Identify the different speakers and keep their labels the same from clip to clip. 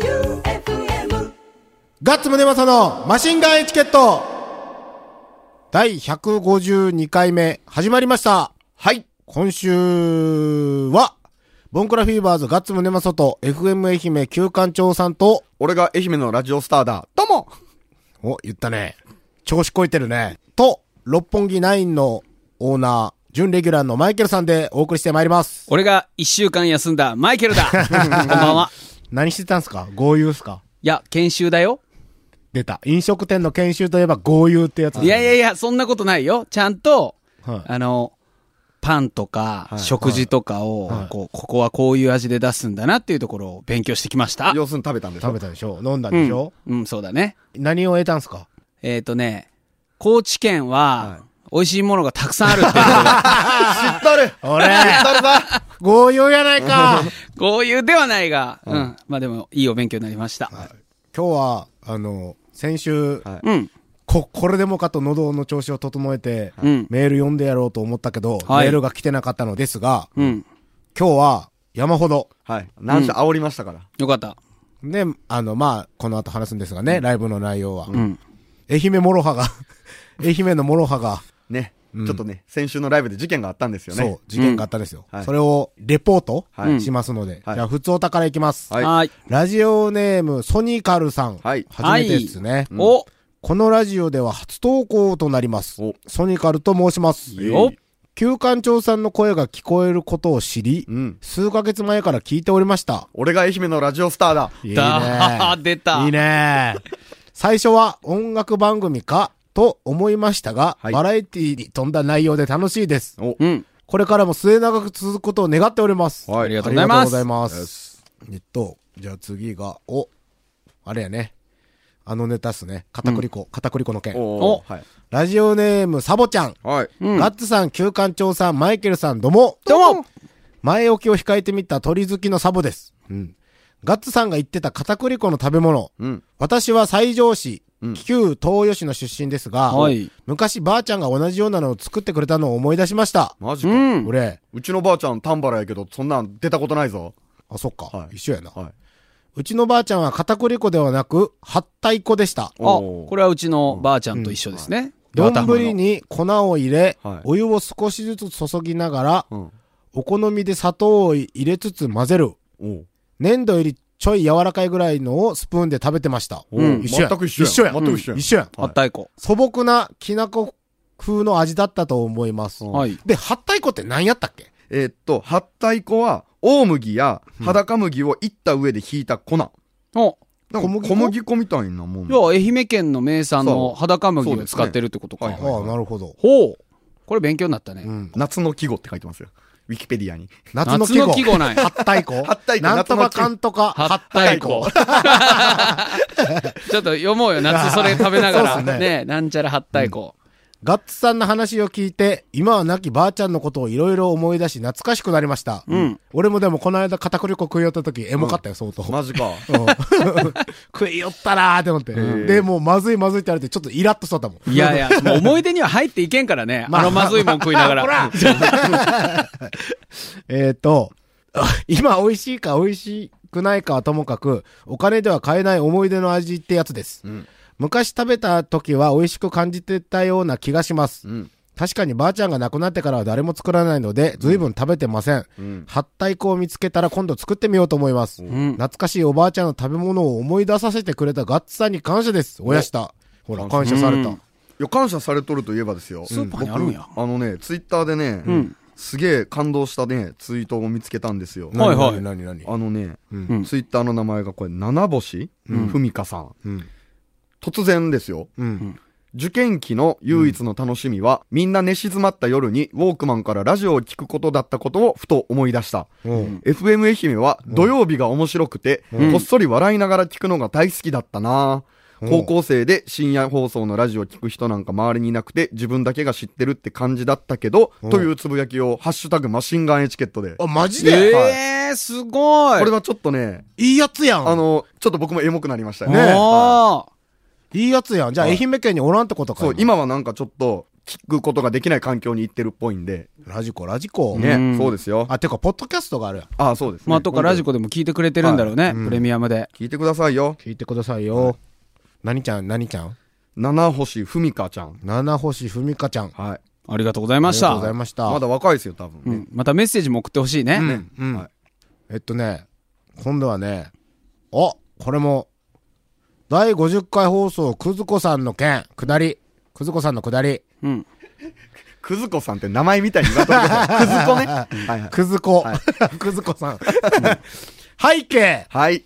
Speaker 1: J-O-E-U-F-M
Speaker 2: ガッツムネマソのマシンガンエチケット第152回目始まりましたはい今週は、ボンクラフィーバーズガッツムネマソと FM 愛媛旧館長さんと、
Speaker 3: 俺が愛媛のラジオスターだ。どうも
Speaker 2: お、言ったね。調子こいてるね。と、六本木ナインのオーナー、準レギュラーのマイケルさんでお送りしてまいります。
Speaker 4: 俺が一週間休んだマイケルだこんばんは。
Speaker 2: 何してたんすか豪遊っすか
Speaker 4: いや、研修だよ。
Speaker 2: 出た。飲食店の研修といえば豪遊ってやつ。
Speaker 4: いやいやいや、そんなことないよ。ちゃんと、
Speaker 2: はい
Speaker 4: あの、パンとか、食事とかを、こう、ここはこういう味で出すんだなっていうところを勉強してきました。
Speaker 3: 要するに食べたんでしょ
Speaker 2: 食べたでしょ飲んだん
Speaker 4: う
Speaker 2: で
Speaker 4: ん
Speaker 2: しょ、
Speaker 4: うん、そうだね。
Speaker 2: 何を得たんすか
Speaker 4: えっ、とね、高知県は、美味しいものがたくさんあるっていうこ
Speaker 3: 知っとる
Speaker 2: 俺
Speaker 3: 知っとるぞ
Speaker 2: 豪遊やない か
Speaker 4: とこういうではないが、うん。まあでも、いいお勉強になりました。
Speaker 2: 今日は、あの、先週、
Speaker 3: はい
Speaker 4: うん。
Speaker 2: こ、これでもかと喉の調子を整えて、
Speaker 4: うん
Speaker 2: メール読んでやろうと思ったけど、
Speaker 4: はい
Speaker 2: メールが来てなかったのですが、
Speaker 4: うん。
Speaker 2: 今日は山ほど。
Speaker 3: はい。なんせ煽りましたから。
Speaker 4: よかった。
Speaker 2: ね、あの、まあ、この後話すんですがね、ライブの内容は。
Speaker 4: うん。
Speaker 2: 愛媛もろ はが、愛媛のもろはが、
Speaker 3: ね。ちょっとね、先週のライブで事件があったんですよね。
Speaker 2: そう、事件があったんですよ。
Speaker 3: はい
Speaker 2: それをレポート
Speaker 3: はい
Speaker 2: しますので、
Speaker 3: はい
Speaker 2: じゃあ、普通お宝いきます。
Speaker 3: はい
Speaker 4: はい。
Speaker 2: ラジオネーム、ソニカルさん。
Speaker 3: はい
Speaker 2: 初めてですね。
Speaker 4: お、
Speaker 2: このラジオでは初投稿となります
Speaker 3: お。
Speaker 2: ソニカルと申します。
Speaker 4: よ
Speaker 2: 旧館長さんの声が聞こえることを知り、
Speaker 3: うん
Speaker 2: 数ヶ月前から聞いておりました。
Speaker 3: 俺が愛媛のラジオスターだ。
Speaker 2: いい
Speaker 4: だー出た
Speaker 2: いいね。最初は音楽番組かと思いましたが、
Speaker 3: はい
Speaker 2: バラエティに富んだ内容で楽しいです。
Speaker 3: お
Speaker 4: うん。
Speaker 2: これからも末永く続くことを願っております。
Speaker 3: はい
Speaker 4: ありがとうござい
Speaker 2: あ
Speaker 4: ます
Speaker 2: りがとうございます。えっと、じゃあ次が、お、あれやね。あのネタっすね。片栗粉、片栗粉の件。
Speaker 3: お
Speaker 4: お
Speaker 3: ーはい。
Speaker 2: ラジオネーム、サボちゃん。
Speaker 3: はい。
Speaker 4: うん
Speaker 2: ガッツさん、旧館長さん、マイケルさん、どうも。
Speaker 4: どうも
Speaker 2: 前置きを控えてみた鳥好きのサボです。うん。ガッツさんが言ってた片栗粉の食べ物。
Speaker 3: うん。
Speaker 2: 私は西条市、
Speaker 3: うん
Speaker 2: 旧東予市の出身ですが、
Speaker 4: はい
Speaker 2: 昔ばあちゃんが同じようなのを作ってくれたのを思い出しました。
Speaker 3: マジ
Speaker 4: う
Speaker 3: か。
Speaker 4: ん。
Speaker 2: 俺、
Speaker 3: うちのばあちゃん丹原やけど、そんなん出たことないぞ。
Speaker 2: あ、そっか、
Speaker 3: はい
Speaker 2: 一緒やな、
Speaker 3: はいう
Speaker 2: ちのばあちゃんは片栗粉ではなく、はったい粉でした。
Speaker 4: あ、
Speaker 3: おー
Speaker 4: これはうちのばあちゃんと一緒ですね。八幡浜の
Speaker 2: 丼に粉を入れ、
Speaker 3: はい
Speaker 2: お湯を少しずつ注ぎながら、
Speaker 3: うん。
Speaker 2: お好みで砂糖を入れつつ混ぜる。
Speaker 3: おー
Speaker 2: 粘土よりちょい柔らかいぐらいのをスプーンで食べてました。
Speaker 3: おー
Speaker 4: うん
Speaker 2: 一緒や
Speaker 3: 全く一緒や。
Speaker 2: 一緒や
Speaker 3: 全く一緒や。
Speaker 2: 一緒やん。
Speaker 4: あったいこ。
Speaker 2: 素朴なきなこ風の味だったと思います。
Speaker 4: はい。
Speaker 2: で、はったい粉って何やったっけ
Speaker 3: えーっと、はったい粉は、大麦や裸麦をいった上でひいた粉。なんか
Speaker 4: お、
Speaker 2: 小麦粉
Speaker 3: 小麦粉みたいなもん。
Speaker 4: 要は愛媛県の名産
Speaker 3: そ
Speaker 4: の
Speaker 3: う
Speaker 4: 裸麦
Speaker 3: そう
Speaker 4: を
Speaker 3: です
Speaker 4: 使
Speaker 3: ね
Speaker 4: ってるってことか。
Speaker 3: はいはい
Speaker 2: ああ、なるほど。
Speaker 4: ほう。これ勉強になったね。
Speaker 2: うん。
Speaker 3: 夏の季語って書いてますよ。ウィキペディアに。
Speaker 2: 夏の季語。
Speaker 4: 夏の季語なんや
Speaker 2: はったい粉。
Speaker 3: はったい粉
Speaker 2: なんとかかんとか。
Speaker 4: はったいこ。 ちょっと読もうよ、夏それ食べなが
Speaker 2: そうっすね
Speaker 4: ら。ねなんちゃらはったいこ。
Speaker 2: ガッツさんの話を聞いて、今は亡きばあちゃんのことをいろいろ思い出し、懐かしくなりました。
Speaker 4: うん
Speaker 2: 俺もでもこの間片栗粉食い寄った時、エモかったよ、相当。
Speaker 3: マジか。
Speaker 2: うん食い寄ったなーって思って。で、もうまずいまずいって言われて、ちょっとイラッとしとったもん。
Speaker 4: いやいや、もう思い出には入っていけんからね。あのまずいもん食いながら。
Speaker 2: えっと、 今美味しいか美味しくないかはともかく、お金では買えない思い出の味ってやつです。
Speaker 3: ん
Speaker 2: 昔食べた時は美味しく感じてたような気がします。
Speaker 3: うん。
Speaker 2: 確かにばあちゃんが亡くなってからは誰も作らないので、随分食べてません。
Speaker 3: うん。
Speaker 2: はったい粉を見つけたら今度作ってみようと思います。
Speaker 4: ん
Speaker 2: 懐かしいおばあちゃんの食べ物を思い出させてくれたガッツさんに感謝です。おやした。ほら、感謝された。
Speaker 4: うん
Speaker 3: いや、感謝されとるといえばですよ。
Speaker 4: スーパーにあるんや
Speaker 3: 僕あのね、ツイッターでね、
Speaker 4: ん
Speaker 3: すげえ感動したね、ツイートを見つけたんですよ。
Speaker 4: はいはい
Speaker 2: 何何何
Speaker 3: あのね、
Speaker 4: ん
Speaker 3: ツイッターの名前がこれ、七星ふみかさん。
Speaker 2: うん。
Speaker 3: 突然ですよ。
Speaker 2: うん。
Speaker 3: 受験期の唯一の楽しみは、みんな寝静まった夜にウォークマンからラジオを聞くことだったことをふと思い出した。
Speaker 2: おう
Speaker 3: FM 愛媛は土曜日が面白くて、こっそり笑いながら聞くのが大好きだったな
Speaker 2: うん
Speaker 3: 高校生で深夜放送のラジオ聞く人なんか周りにいなくて自分だけが知ってるって感じだったけど、
Speaker 2: うん
Speaker 3: というつぶやきをハッシュタグマシンガンエチケットで。こ
Speaker 2: あ、マジで、
Speaker 4: えー、すごい。
Speaker 3: れはちょっとね、
Speaker 2: いいやつやん。
Speaker 3: あの、ちょっと僕もエモくなりましたよ
Speaker 2: ね
Speaker 3: ね。
Speaker 4: おー
Speaker 2: いいやつやん。じゃあ、
Speaker 3: はい
Speaker 2: 愛媛県におらんってことか。
Speaker 3: そう、今はなんかちょっと聞くことができない環境に行ってるっぽいんで。
Speaker 2: ラジコ、ラジコ。
Speaker 4: う
Speaker 3: ね
Speaker 4: ん、
Speaker 3: そうですよ。
Speaker 2: あ、てか、ポッドキャストがあるやん。
Speaker 3: ああ、そうですね。
Speaker 4: まあ、とかラジコでも聞いてくれてるんだろうね、プレミアムで。
Speaker 3: 聞いてくださいよ。
Speaker 2: 聞いてくださいよ。何ちゃん、何ちゃん
Speaker 3: 七星文香ちゃん。
Speaker 2: 七星文香ちゃん。あ
Speaker 3: はい。
Speaker 4: ありがとうございま
Speaker 2: り
Speaker 4: し
Speaker 2: がと
Speaker 4: た。
Speaker 2: うございました。
Speaker 3: まだ若いですよ、多分
Speaker 4: う
Speaker 3: ね。
Speaker 4: ん、またメッセージも送ってほしいね。
Speaker 2: うん
Speaker 3: はい
Speaker 2: えっとね、今度はね、おこれも、第50回放送、くずこさんの件、下り。くずこさんの下り。
Speaker 4: うん。
Speaker 3: くずこさんって名前みたいに言わんといてくださいくずこね。はいはい。
Speaker 2: くずこ。 くずこさん。背景
Speaker 3: はい。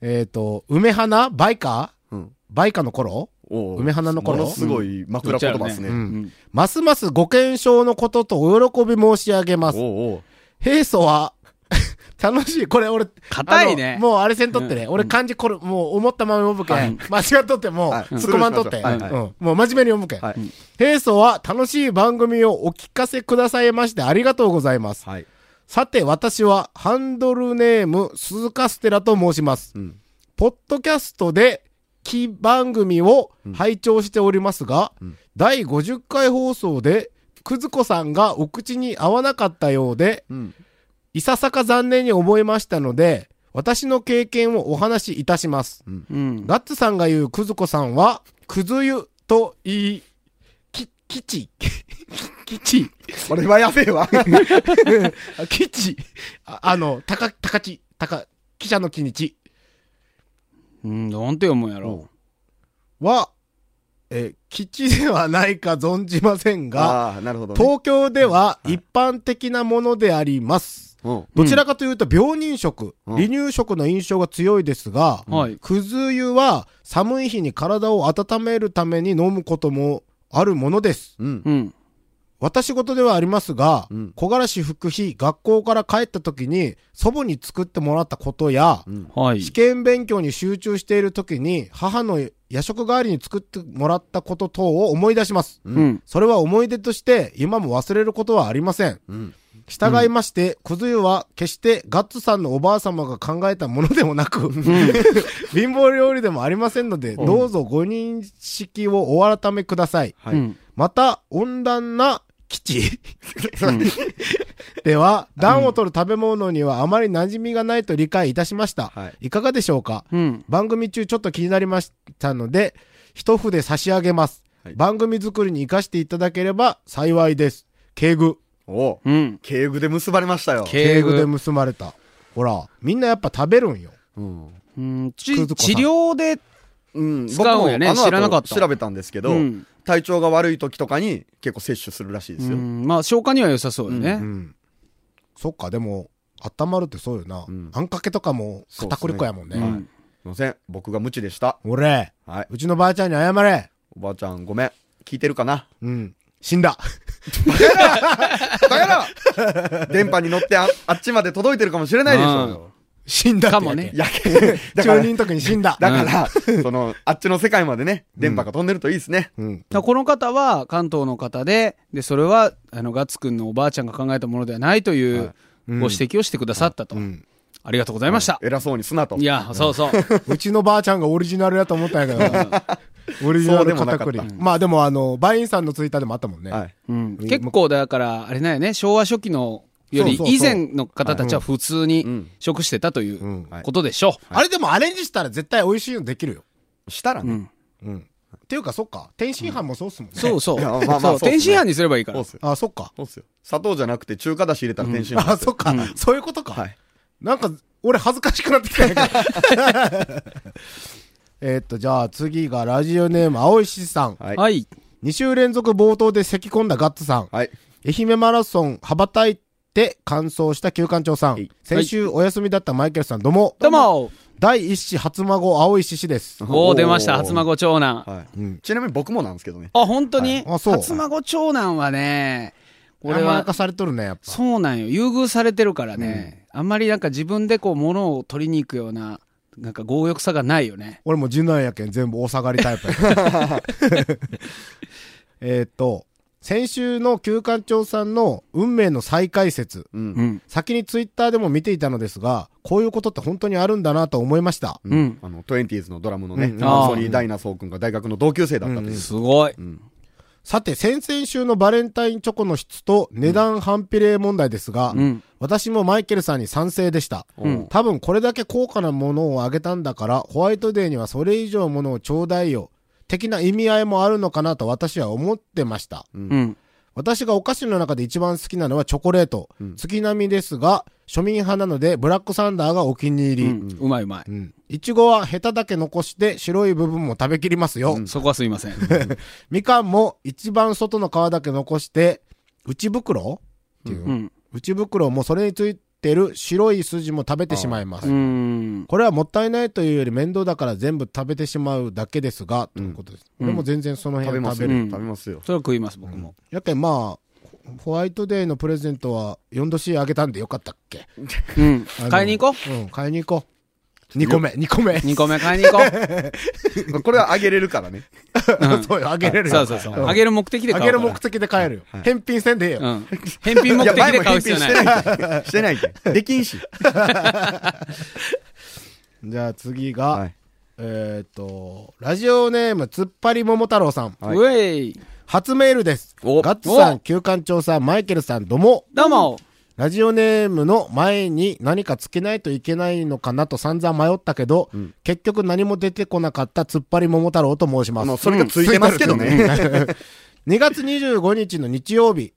Speaker 2: えっ、と、梅花バイカ
Speaker 3: うん
Speaker 2: バイカの頃
Speaker 3: おう
Speaker 2: 梅花の頃
Speaker 3: ものすごい枕言葉ですね。
Speaker 2: う
Speaker 3: うんん
Speaker 4: うん
Speaker 2: ますますご健勝のこととお喜び申し上げます。
Speaker 3: おうおう
Speaker 2: 平素は、 楽しい。これ俺、
Speaker 4: 硬い
Speaker 2: あ
Speaker 4: ね
Speaker 2: のもうあれせんとってね。
Speaker 4: うん
Speaker 2: 俺漢字これ、もう思ったまま読むけん。
Speaker 4: はい
Speaker 2: 間違っとっても、
Speaker 3: はい
Speaker 2: 突っ込まんとって、
Speaker 3: はいはい
Speaker 2: うん。もう真面目に読むけん。
Speaker 3: はい
Speaker 2: 平素は楽しい番組をお聞かせくださいましてありがとうございます。
Speaker 3: はい。
Speaker 2: さて、私はハンドルネーム、鈴カステラと申します。
Speaker 3: うん
Speaker 2: ポッドキャストで、木番組を拝聴しておりますが、第50回放送で、くずこさんがお口に合わなかったようで、
Speaker 3: うん。
Speaker 2: いささか残念に思いましたので、私の経験をお話しいたします。
Speaker 4: うん。
Speaker 2: ガッツさんが言うくずこさんは、くず湯と言い、き、きち、 きち、
Speaker 3: これはやべえわ。
Speaker 2: あきち、ああの、たか、たかち、たか、記者のきにち
Speaker 4: うん、なんて読むんやろ。
Speaker 2: は、え、きちではないか存じませんが、
Speaker 3: ああ、なるほどね。
Speaker 2: 東京では一般的なものであります。
Speaker 3: うん。
Speaker 2: どちらかというと病人食、
Speaker 3: うん
Speaker 2: 離乳食の印象が強いですが、
Speaker 4: はい
Speaker 2: くず湯は寒い日に体を温めるために飲むこともあるものです。
Speaker 3: うん。
Speaker 4: うん。
Speaker 2: 私事ではありますが、
Speaker 3: うん
Speaker 2: 小柄市福妃学校から帰った時に祖母に作ってもらったことや、
Speaker 3: うん
Speaker 4: はい
Speaker 2: 試。験勉強に集中している時に母の夜食代わりに作ってもらったこと等を思い出します。
Speaker 4: うん。
Speaker 2: それは思い出として今も忘れることはありません。
Speaker 3: うん。
Speaker 2: 従いまして、くず湯は決してガッツさんのおばあ様が考えたものでもなく、 貧乏料理でもありませんので、
Speaker 4: うん
Speaker 2: どうぞご認識をお改めください。
Speaker 3: はい。
Speaker 4: うん
Speaker 2: また、温暖な基地 では、暖を取る食べ物にはあまり馴染みがないと理解いたしました。
Speaker 3: はい。
Speaker 2: いかがでしょうか
Speaker 4: うん。
Speaker 2: 番組中ちょっと気になりましたので、一筆差し上げます。
Speaker 3: はい
Speaker 2: 番組作りに活かしていただければ幸いです。敬具。
Speaker 3: おう
Speaker 4: うん。
Speaker 3: 敬具で結ばれましたよ。
Speaker 4: 敬
Speaker 2: 敬具で
Speaker 4: 具。
Speaker 2: 結ばれた。ほら、みんなやっぱ食べるんよ。
Speaker 3: うん。
Speaker 4: うん
Speaker 2: く
Speaker 4: ち
Speaker 2: ずこさん
Speaker 4: 治療で、
Speaker 3: うん。
Speaker 4: 使うんやね
Speaker 3: 僕もあの後
Speaker 4: 知らなかった
Speaker 3: 調べたんですけど
Speaker 4: うん、
Speaker 3: 体調が悪い時とかに結構摂取するらしいで
Speaker 4: う
Speaker 3: すよ。
Speaker 4: ん、まあ消化には良さそうよね。
Speaker 2: うん。そっか、でも、温まるってそうよな。
Speaker 3: うん
Speaker 2: あんかけとかも片栗粉やもんね。
Speaker 4: うん
Speaker 3: はい。すいません。僕が無知でした。
Speaker 2: 俺、
Speaker 3: はい。
Speaker 2: うちのばあちゃんに謝れ。
Speaker 3: おばあちゃんごめん。聞いてるかな
Speaker 2: うん。死んだ。
Speaker 3: だから、 電波に乗ってああっちまで届いてるかもしれないでしょうよ。
Speaker 2: 死んだって
Speaker 4: かもね
Speaker 2: や
Speaker 3: やけん
Speaker 2: け
Speaker 3: だ
Speaker 2: 中
Speaker 3: から、
Speaker 2: 二の時に死んだ。
Speaker 3: だから、その、あっちの世界までね、電波が飛んでるといいですね。
Speaker 2: うん。
Speaker 4: だからこの方は関東の方で、で、それは、あの、ガッツくんのおばあちゃんが考えたものではないという、ご指摘をしてくださったと。ありがとうございました。
Speaker 3: 偉そうにすなと。
Speaker 4: いや、そうそう。
Speaker 2: うちのばあちゃんがオリジナルやと思ったんやけどな。オリジナル片栗。
Speaker 3: そうでもなか
Speaker 2: まあでもあの、バインさんのツイッターでもあったもんね。
Speaker 3: はい。
Speaker 4: うん結構だから、あれなんやね、昭和初期のより
Speaker 2: そうそう
Speaker 4: 以
Speaker 2: そう
Speaker 4: 前の方たちは普通に
Speaker 3: ん
Speaker 4: 食してたとい
Speaker 2: ん
Speaker 4: う
Speaker 3: はい
Speaker 4: ことでしょ
Speaker 2: あれでもアレンジしたら絶対美味しいのできるよ。
Speaker 3: したら
Speaker 4: う。う
Speaker 3: ね。
Speaker 4: ん。
Speaker 2: うん。っていうか、そっか。天津飯もそうっすもんね。
Speaker 4: そうそう。
Speaker 3: いやまあまあそう
Speaker 4: そう。
Speaker 3: っすね
Speaker 4: 天津飯にすればいいか
Speaker 3: そう
Speaker 4: ら
Speaker 3: っ。すよ。
Speaker 2: あ、そっか。
Speaker 3: そうっすよ。砂糖じゃなくて中華だし入れたら天津飯
Speaker 2: あ、
Speaker 3: ですよ
Speaker 2: そっか。そういうことか。
Speaker 3: はい。
Speaker 2: なんか、俺恥ずかしくなってきたんやけど えーっと、じゃあ次がラジオネーム、青石さん。
Speaker 3: はい。
Speaker 4: はい。
Speaker 2: 2週連続冒頭で咳き込んだガッツさん。
Speaker 3: はい。
Speaker 2: 愛媛マラソン、羽ばたいて完走した旧館長さ
Speaker 3: は
Speaker 2: ん
Speaker 3: い。
Speaker 2: 先週お休みだったマイケルさん、どうも。
Speaker 4: どうも
Speaker 2: 第一子初孫、青石氏です。
Speaker 4: おお出ました、
Speaker 3: おー
Speaker 4: 初孫長男。あ、
Speaker 3: はい
Speaker 2: うん
Speaker 3: ちなみに僕もなんですけどね。
Speaker 4: 本当に
Speaker 2: あそう
Speaker 4: 初孫長男はね、俺
Speaker 2: 甘や
Speaker 4: は
Speaker 2: か、されとるね、やっぱ。
Speaker 4: そうなんよ。優遇されてるからね、あんまりなんか自分でこう、物を取りに行くような、なんか強欲さがないよね。
Speaker 2: 俺も次男やけん全部お下がりタイプや。えーっと、先週の旧館長さんの運命の再解説。
Speaker 3: う。
Speaker 4: うんん。
Speaker 2: 先にツイッターでも見ていたのですが、こういうことって本当にあるんだなと思いました。
Speaker 4: うん。
Speaker 3: あの、トゥエンティーズのドラムのね、
Speaker 2: うん
Speaker 3: ソニー・ダイナソー君が大学の同級生だったという。
Speaker 4: すごい。
Speaker 2: さて、先々週のバレンタインチョコの質と値段反比例問題ですが、
Speaker 4: うん
Speaker 2: 私もマイケルさんに賛成でした。
Speaker 4: うん
Speaker 2: 多分これだけ高価なものをあげたんだから、ホワイトデーにはそれ以上ものをちょうだいよ、的な意味合いもあるのかなと私は思ってました。
Speaker 4: うん
Speaker 2: 私がお菓子の中で一番好きなのはチョコレート。月並みですが、庶民派なのでブラックサンダーがお気に入
Speaker 4: う
Speaker 2: り。
Speaker 4: んうまいうまい
Speaker 2: うんいちごはヘタだけ残して白い部分も食べきりますよ。
Speaker 4: そこはすいません
Speaker 2: みかんも一番外の皮だけ残して、内袋っていう、
Speaker 4: うん
Speaker 2: 内袋もそれについてる白い筋も食べてしまいます。
Speaker 4: うん
Speaker 2: これはもったいないというより面倒だから全部食べてしまうだけですが、ということです。これも全然その
Speaker 3: 食
Speaker 2: 辺
Speaker 3: べま
Speaker 2: 食
Speaker 3: す
Speaker 2: べ
Speaker 3: よ。
Speaker 2: る。
Speaker 4: うん
Speaker 3: 食べますよ。
Speaker 4: それは食います僕も
Speaker 2: やけんまあ、ホホワイトデーのプレゼントは 4°C あげたんでよかったっけ
Speaker 4: うん
Speaker 2: あの
Speaker 4: 買いに行こ
Speaker 2: うん、買いに行こう。2個目、2個目。
Speaker 4: う2個目買いに行 こう
Speaker 3: これはあげれるからね。
Speaker 4: う ん
Speaker 2: そうよ、あげれるよ。
Speaker 4: そうそうそうあ
Speaker 2: げ
Speaker 4: げる目的で
Speaker 2: あ
Speaker 4: 買
Speaker 2: げ
Speaker 4: う
Speaker 2: る
Speaker 4: から
Speaker 2: 目的で買えるよ。返品せんでええよ。
Speaker 4: うん返品目
Speaker 3: いや、
Speaker 4: 的
Speaker 3: 前
Speaker 4: で
Speaker 3: も
Speaker 4: 買う
Speaker 3: 返
Speaker 4: 必
Speaker 3: 品
Speaker 4: 要
Speaker 3: し
Speaker 4: な
Speaker 3: て
Speaker 4: い
Speaker 3: ないって。してないって。できんし。
Speaker 2: じゃあ次が、
Speaker 3: はい。
Speaker 2: えーっと、ラジオネーム、つっぱり桃太郎さん。
Speaker 3: はいう
Speaker 4: えい
Speaker 2: 初メールです。
Speaker 3: お
Speaker 2: ガッツさ
Speaker 4: お
Speaker 2: ん、旧館長さん、マイケルさん、どうも。
Speaker 4: どうも
Speaker 2: ラジオネームの前に何かつけないといけないのかなと散々迷ったけど、結局何も出てこなかったつっぱり桃太郎と申しま
Speaker 3: あ
Speaker 2: す。
Speaker 3: の、それがついてますけどね。
Speaker 2: 2月25日の日曜日、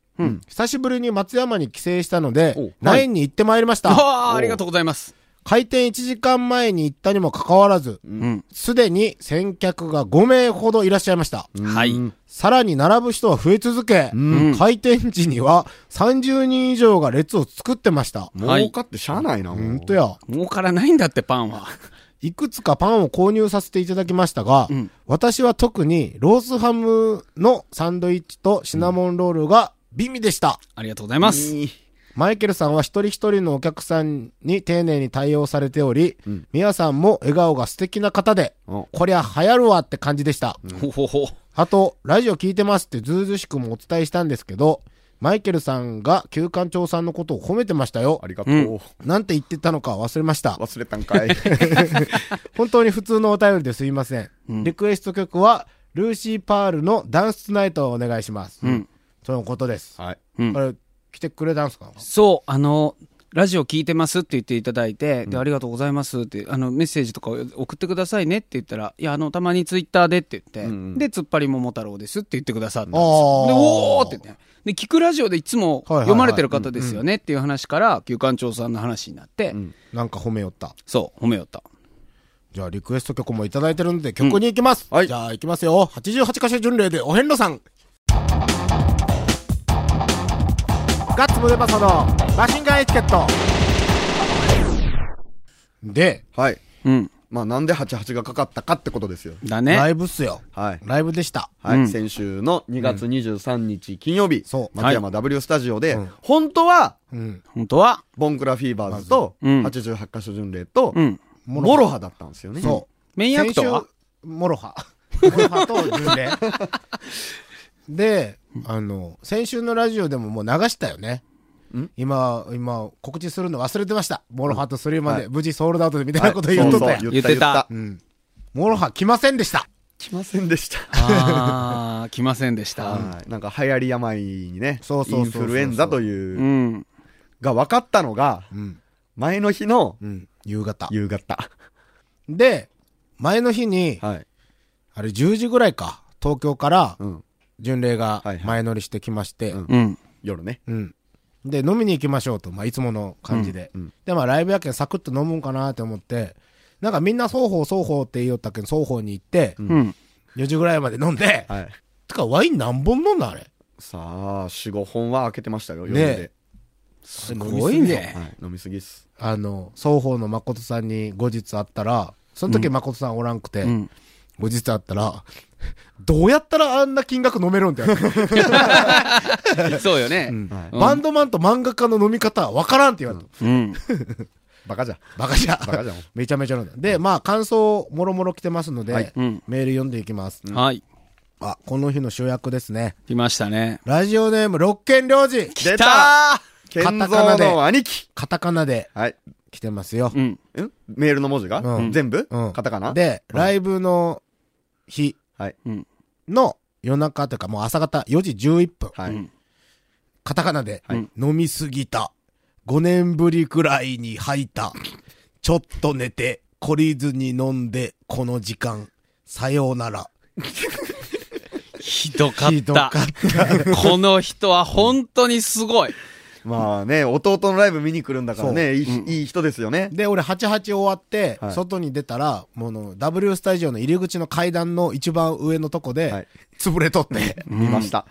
Speaker 2: 久しぶりに松山に帰省したので、ナインに行ってまいりま した。
Speaker 4: わあありがとうございます
Speaker 2: 開店1時間前に行ったにもかかわらず、
Speaker 4: うん
Speaker 2: すでに先客が5名ほどいらっしゃいました。
Speaker 4: はい
Speaker 2: さらに並ぶ人は増え続け、
Speaker 4: ん
Speaker 2: 開店時には30人以上が列を作ってました。
Speaker 4: はい
Speaker 3: 儲かってしゃあないな。
Speaker 2: ほ
Speaker 3: 本
Speaker 2: んと。や。
Speaker 4: 儲からないんだってパンはい
Speaker 2: くつかパンを購入させていただきましたが、
Speaker 4: ん
Speaker 2: 私は特にロースハムのサンドイッチとシナモンロールが美味でした。
Speaker 4: ありがとうございます
Speaker 3: いい
Speaker 2: マイケルさんは一人一人のお客さんに丁寧に対応されており、ミヤさんも笑顔が素敵な方で、
Speaker 3: お
Speaker 2: こりゃ流行るわって感じでした。
Speaker 4: ほほほ
Speaker 2: あと、ラジオ聞いてますってずうずうしくもお伝えしたんですけど、マイケルさんが旧館長さんのことを褒めてましたよ
Speaker 3: あ。りがと
Speaker 4: うん
Speaker 3: う。
Speaker 2: なんて言ってたのか忘れました。
Speaker 3: 忘れたんかい。
Speaker 2: 本当に普通のお便りですいません。リクエスト曲は、ルーシー・パールのダンス・ツナイトをお願いします。
Speaker 4: ん
Speaker 2: とのことです。
Speaker 3: はい。
Speaker 4: うん
Speaker 2: これ、来てくれたんすか
Speaker 4: そう、あの、ラジオ聞いてますって言っていただいて、で、ありがとうございますって、あの、メッセージとか送ってくださいねって言ったら、いや、あの、たまにツイッターでって言って、
Speaker 3: うんうん
Speaker 4: で、つっぱり桃太郎ですって言ってくださったんです
Speaker 2: あー
Speaker 4: よ。で、おーってね。で、聞くラジオでいつも
Speaker 2: はいはいはい
Speaker 4: 読まれてる方ですよねっていう話から、旧館長さんの話になって、
Speaker 2: なんか褒めよった。
Speaker 4: そう、褒めよった。
Speaker 2: じゃあ、リクエスト曲もいただいてるので、曲に行きます。
Speaker 3: はい
Speaker 2: じゃあ、行きますよ。88カ所巡礼で、お遍路さん。ガッツムデパソのマシンガンエチケット。で、
Speaker 3: はい。
Speaker 4: うん。
Speaker 3: まあ、なんで88がかかったかってことですよ。
Speaker 4: だ
Speaker 2: ラ
Speaker 4: ね。
Speaker 2: イブっすよ。
Speaker 3: はい。
Speaker 2: ライブでした。
Speaker 3: はい、
Speaker 4: うん
Speaker 3: 先週の2月23日金曜日、
Speaker 2: そう
Speaker 3: 松山 W スタジオで、
Speaker 2: うん
Speaker 3: 本当は、
Speaker 2: うん。
Speaker 4: 本当は、
Speaker 3: ボンクラフィーバーズと、
Speaker 4: うん
Speaker 3: 88カ所巡礼と、
Speaker 4: うん。
Speaker 2: モ
Speaker 3: モ
Speaker 2: ロ
Speaker 3: ロハだったんですよね。
Speaker 2: そう。
Speaker 4: メインアクトは
Speaker 2: 先週モロハ。モロハと巡 礼。で、あの、先週のラジオでももう流したよね。今、今、告知するの忘れてました。モロハとスリーま
Speaker 3: は
Speaker 2: で、
Speaker 3: い
Speaker 2: 無事ソールドアウトでみたい
Speaker 3: は
Speaker 2: ないこと言っとったやん
Speaker 3: そうそう
Speaker 4: 言ってた
Speaker 2: うん。モロハ来ませんでした。
Speaker 3: 来ませんでした。
Speaker 4: あー、来ませんでした。
Speaker 3: はい。なんか流行り病にね、
Speaker 2: そうそうそうそうそう
Speaker 3: インフルエンザというう、
Speaker 4: ん。
Speaker 3: が分かったのが、
Speaker 2: ん
Speaker 3: 前の日の
Speaker 2: うん。夕方。
Speaker 3: 夕方。
Speaker 2: で、前の日に、
Speaker 3: はい。
Speaker 2: あれ10時ぐらいか、東京から
Speaker 3: う、ん。
Speaker 2: 巡礼が
Speaker 3: はいはい
Speaker 2: 前乗りしてきまして、
Speaker 3: うん
Speaker 4: うん。
Speaker 3: 夜ね。
Speaker 2: うん。で、飲みに行きましょうと、まあ、いつもの感じで。
Speaker 3: うんうん
Speaker 2: で、まあ、ライブやけんサクッと飲むんかなって思って、なんかみんな双方双方って言いよったけん、双方に行って、
Speaker 4: うん。
Speaker 2: 4時ぐらいまで飲んで、
Speaker 3: はい。
Speaker 2: てかワイン何本飲んだあれ。
Speaker 3: さあ、4、5本は開けてましたよ、夜
Speaker 2: ね
Speaker 3: で。
Speaker 2: す
Speaker 4: ごいね
Speaker 3: はい。飲みすぎっす。
Speaker 2: あの、双方の誠さんに後日会ったら、その時誠さんおらんくて、
Speaker 4: うん。
Speaker 2: 後日会ったら、どうやったらあんな金額飲めるんだよ。
Speaker 4: そうよね。
Speaker 3: はい
Speaker 4: うん
Speaker 2: バンドマンと漫画家の飲み方はわからんって言われた。
Speaker 4: うん。
Speaker 3: バカじゃん。
Speaker 2: バカじゃん。
Speaker 3: バカじゃん。
Speaker 2: めちゃめちゃ飲んだ。で、まあ、感想、もろもろ来てますので、
Speaker 3: はい
Speaker 4: うん
Speaker 2: メール読んでいきます。
Speaker 4: はい。
Speaker 2: あ、この日の主役ですね。
Speaker 4: 来ましたね。
Speaker 2: ラジオネーム、六軒領事。
Speaker 3: 出
Speaker 4: た
Speaker 3: たー健三の兄貴
Speaker 2: カタカナで
Speaker 3: はい。
Speaker 2: 来てますよ
Speaker 4: う。ん。
Speaker 3: んメールの文字が、
Speaker 2: うん
Speaker 3: 全部、
Speaker 2: うん
Speaker 3: カタカナ
Speaker 2: で、
Speaker 3: うん
Speaker 2: ライブの日
Speaker 3: はい。
Speaker 4: うん。
Speaker 2: の夜中というかもう朝方4時11分。
Speaker 3: はい。
Speaker 4: うん
Speaker 2: カタカナで、
Speaker 4: い
Speaker 2: 飲みすぎた。5年ぶりくらいに吐いた。ちょっと寝て、懲りずに飲んで、この時間。さようなら。
Speaker 4: ひどかった。
Speaker 2: ひどかっ
Speaker 4: この人は本当にすごい。
Speaker 3: まあね、弟のライブ見に来るんだからね、いい,、いい人ですよね。
Speaker 2: で、俺88終わって、
Speaker 3: はい
Speaker 2: 外に出たら、もうの W スタジオの入り口の階段の一番上のとこで、
Speaker 3: はい
Speaker 2: 潰れとって。
Speaker 3: 見ました。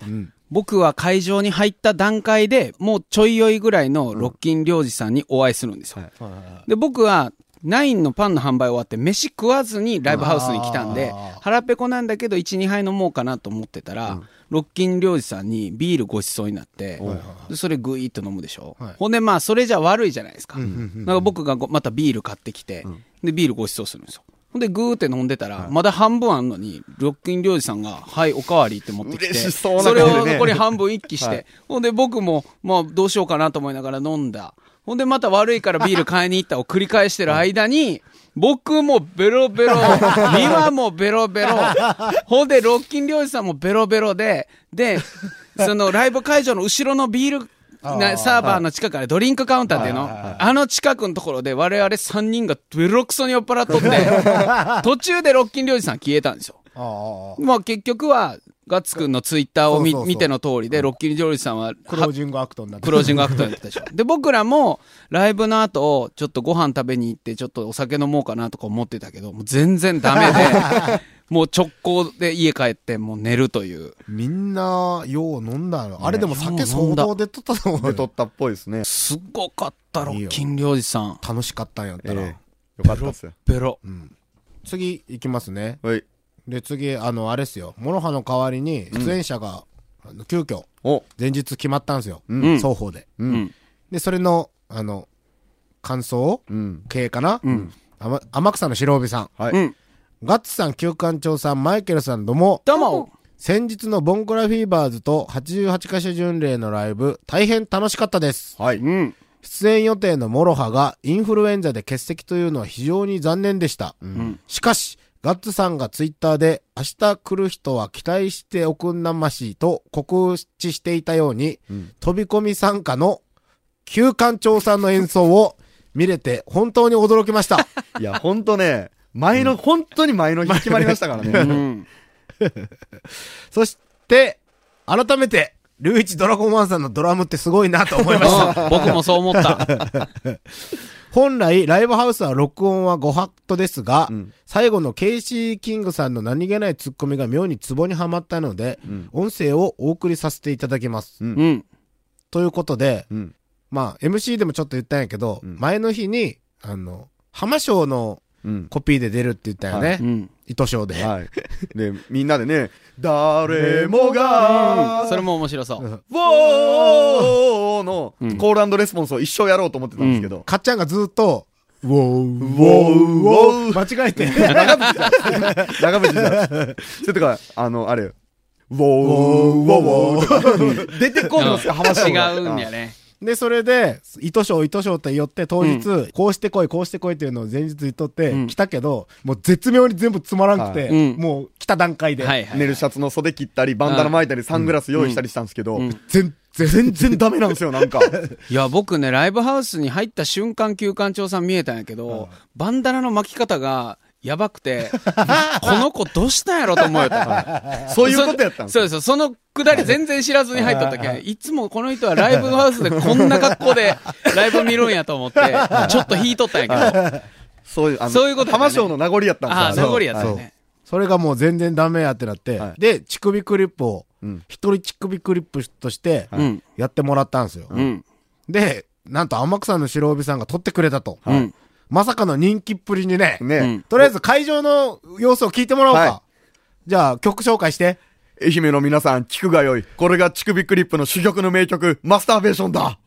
Speaker 4: 僕は会場に入った段階で、もうちょい酔いぐらいのロッキン領事さんにお会いするんですよ。
Speaker 3: はい
Speaker 4: で、僕は、ナインのパンの販売終わって、飯食わずにライブハウスに来たんで
Speaker 2: あー、
Speaker 4: 腹ペコなんだけど、1、2杯飲もうかなと思ってたら、ロッキン領事さんにビールご馳走になって、でそれぐいっと飲むでしょ
Speaker 2: はい。
Speaker 4: ほんで、まあ、それじゃ悪いじゃないですか。
Speaker 2: んうんうんう
Speaker 4: だ
Speaker 2: ん
Speaker 4: から僕がごまたビール買ってきて、で、ビールご馳走するんですよ。ほんで、ぐーって飲んでたら、まだ半分あんのに、ロッキン領事さんが、はい、おかわりって持ってきて、
Speaker 3: 嬉しそうな
Speaker 4: そ
Speaker 3: 顔
Speaker 4: れ
Speaker 3: でね
Speaker 4: を残り半分一気して、
Speaker 3: はい
Speaker 4: ほんで僕も、まあどうしようかなと思いながら飲んだ。ほんでまた悪いからビール買いに行ったを繰り返してる間に、僕もベロベロ、ミワもベロベロ、ほんで、ロッキン漁師さんもベロベロで、で、そのライブ会場の後ろのビール、なサーバーの近くからドリンクカウンターっていうの、あの近くのところで我々3人がベロクソに酔っ払っ とって、途中でロッキン漁師さん消えたんですよ。
Speaker 2: ああ
Speaker 4: まあ結局は、ガッツくんのツイッターを見
Speaker 2: そうそうそう
Speaker 4: 見ての通りで、ロッキン上司さんは、
Speaker 2: クロー
Speaker 4: は
Speaker 2: ジングアクトになって
Speaker 4: クロージングアクトやってたでしょ。で、僕らも、ライブの後、ちょっとご飯食べに行って、ちょっとお酒飲もうかなとか思ってたけど、もう全然ダメで、もう直行で家帰って、もう寝るという。
Speaker 2: みんな、よう飲んだの。あれでも酒
Speaker 4: よう飲
Speaker 2: 相
Speaker 4: んだ
Speaker 2: 当出とったと思
Speaker 3: で、
Speaker 2: う
Speaker 3: 撮
Speaker 2: よ。
Speaker 3: ったっぽいですね。
Speaker 4: すごかった、ロ
Speaker 2: いいよ
Speaker 4: ッキン漁師さん。
Speaker 2: 楽しかったんやっ
Speaker 3: え
Speaker 2: たら。
Speaker 3: えよかったっすよ。
Speaker 4: ベロ。
Speaker 2: 次、行きますね。
Speaker 3: はい。
Speaker 2: で、次、あの、あれっすよ。モロハの代わりに、出演者が、あの急遽、
Speaker 3: お、
Speaker 2: 前日決まったんですよ。
Speaker 4: ん
Speaker 2: 双方で。
Speaker 4: うん。
Speaker 2: で、それの、あの、感想
Speaker 3: うん。
Speaker 2: 系かな、
Speaker 4: ん
Speaker 2: あま天草の白帯さん。
Speaker 3: はい。
Speaker 4: うん。
Speaker 2: ガッツさん、旧館長さん、マイケルさんどうも。
Speaker 4: どうも。
Speaker 2: 先日のボンコラフィーバーズと88カ所巡礼のライブ、大変楽しかったです。
Speaker 3: はい。
Speaker 4: うん。
Speaker 2: 出演予定のモロハがインフルエンザで欠席というのは非常に残念でした。
Speaker 4: ん
Speaker 2: しかし、ガッツさんがツイッターで、明日来る人は期待しておくんなましと告知していたように、飛び込み参加の旧館長さんの演奏を見れて本当に驚きました。
Speaker 3: いや、ほんとね、前の、本当に前の日決まりましたからね。
Speaker 4: うん。
Speaker 2: そして、改めて、龍一ドラゴンワンさんのドラムってすごいなと思いま した。
Speaker 4: 僕もそう思った。
Speaker 2: 本来、ライブハウスは録音はご法度ですが、
Speaker 3: ん
Speaker 2: 最後のケイシー・キングさんの何気ないツッコミが妙にツボにはまったので、音声をお送りさせていただきます。
Speaker 3: うん
Speaker 4: うん。
Speaker 2: ということで、
Speaker 3: うん。
Speaker 2: まあ、MC でもちょっと言ったんやけど、
Speaker 3: うん
Speaker 2: 前の日に、あの、浜賞の
Speaker 3: うん。
Speaker 2: コピーで出るって言ったよね。
Speaker 4: うん。
Speaker 2: 糸賞で。
Speaker 3: はい。で、みんなでね、誰もが、
Speaker 4: それも面白そう。
Speaker 3: ウォーの
Speaker 4: うん
Speaker 3: コールレスポンスを一生やろうと思ってたんですけど、
Speaker 2: かっちゃんがずっと、ウォー、ウォー、ウォー、間違え て。
Speaker 3: 長渕じゃん。長渕じゃん。それとか、あの、あれよ、ウォー、ウォー、ウォーとか、出てこんのっすよ、話が
Speaker 4: 違うんや。ね。
Speaker 2: で、それで、糸賞、糸賞って言って、当日、こうしてこい、こうしてこいっていうのを前日言っとって、
Speaker 4: うん
Speaker 2: 来たけど、もう絶妙に全部つまらんくて、
Speaker 3: はい
Speaker 4: うん
Speaker 2: もう来た段階で、
Speaker 4: はいはい。
Speaker 3: 寝るシャツの袖切ったり、バンダナ巻いたり、サングラス用意したりしたんですけど、
Speaker 4: うん
Speaker 2: 全然、全
Speaker 3: 全然ダメなん ですよ、なんか。
Speaker 4: いや、僕ね、ライブハウスに入った瞬間、旧館長さん見えたんやけど、バンダナの巻き方が、やばくて、 この子どうしたんやろと思うよと。
Speaker 3: そういうことやったんです
Speaker 4: そう
Speaker 3: よ。
Speaker 4: ですよ。そのくだり全然知らずに入っとったけん、いつもこの人はライブハウスでこんな格好でライブ見るんやと思って、ちょっと引いとったんやけど、
Speaker 3: そういう、あの、
Speaker 4: そういうことやったね
Speaker 3: 浜賞の名残やったんですよ
Speaker 4: あ。あ、
Speaker 3: れ
Speaker 4: 名残やったよ
Speaker 2: はい
Speaker 4: ね。
Speaker 2: それがもう全然ダメやってなって、
Speaker 3: はい
Speaker 2: で、乳首クリップを
Speaker 3: うん、
Speaker 2: 一人乳首クリップとして
Speaker 4: う、ん。
Speaker 2: やってもらったんですよ。
Speaker 4: うん。
Speaker 2: で、なんと天草の白帯さんが撮ってくれたと。
Speaker 4: うん。
Speaker 2: まさかの人気っぷりにね、
Speaker 3: ね、
Speaker 4: うん
Speaker 2: とりあえず会場の様子を聞いてもらおうか。
Speaker 3: は
Speaker 2: じゃあ曲紹介して。
Speaker 3: 愛媛の皆さん、聞くがよい。これが乳首クリップの珠玉の名曲、マスターベーションだ。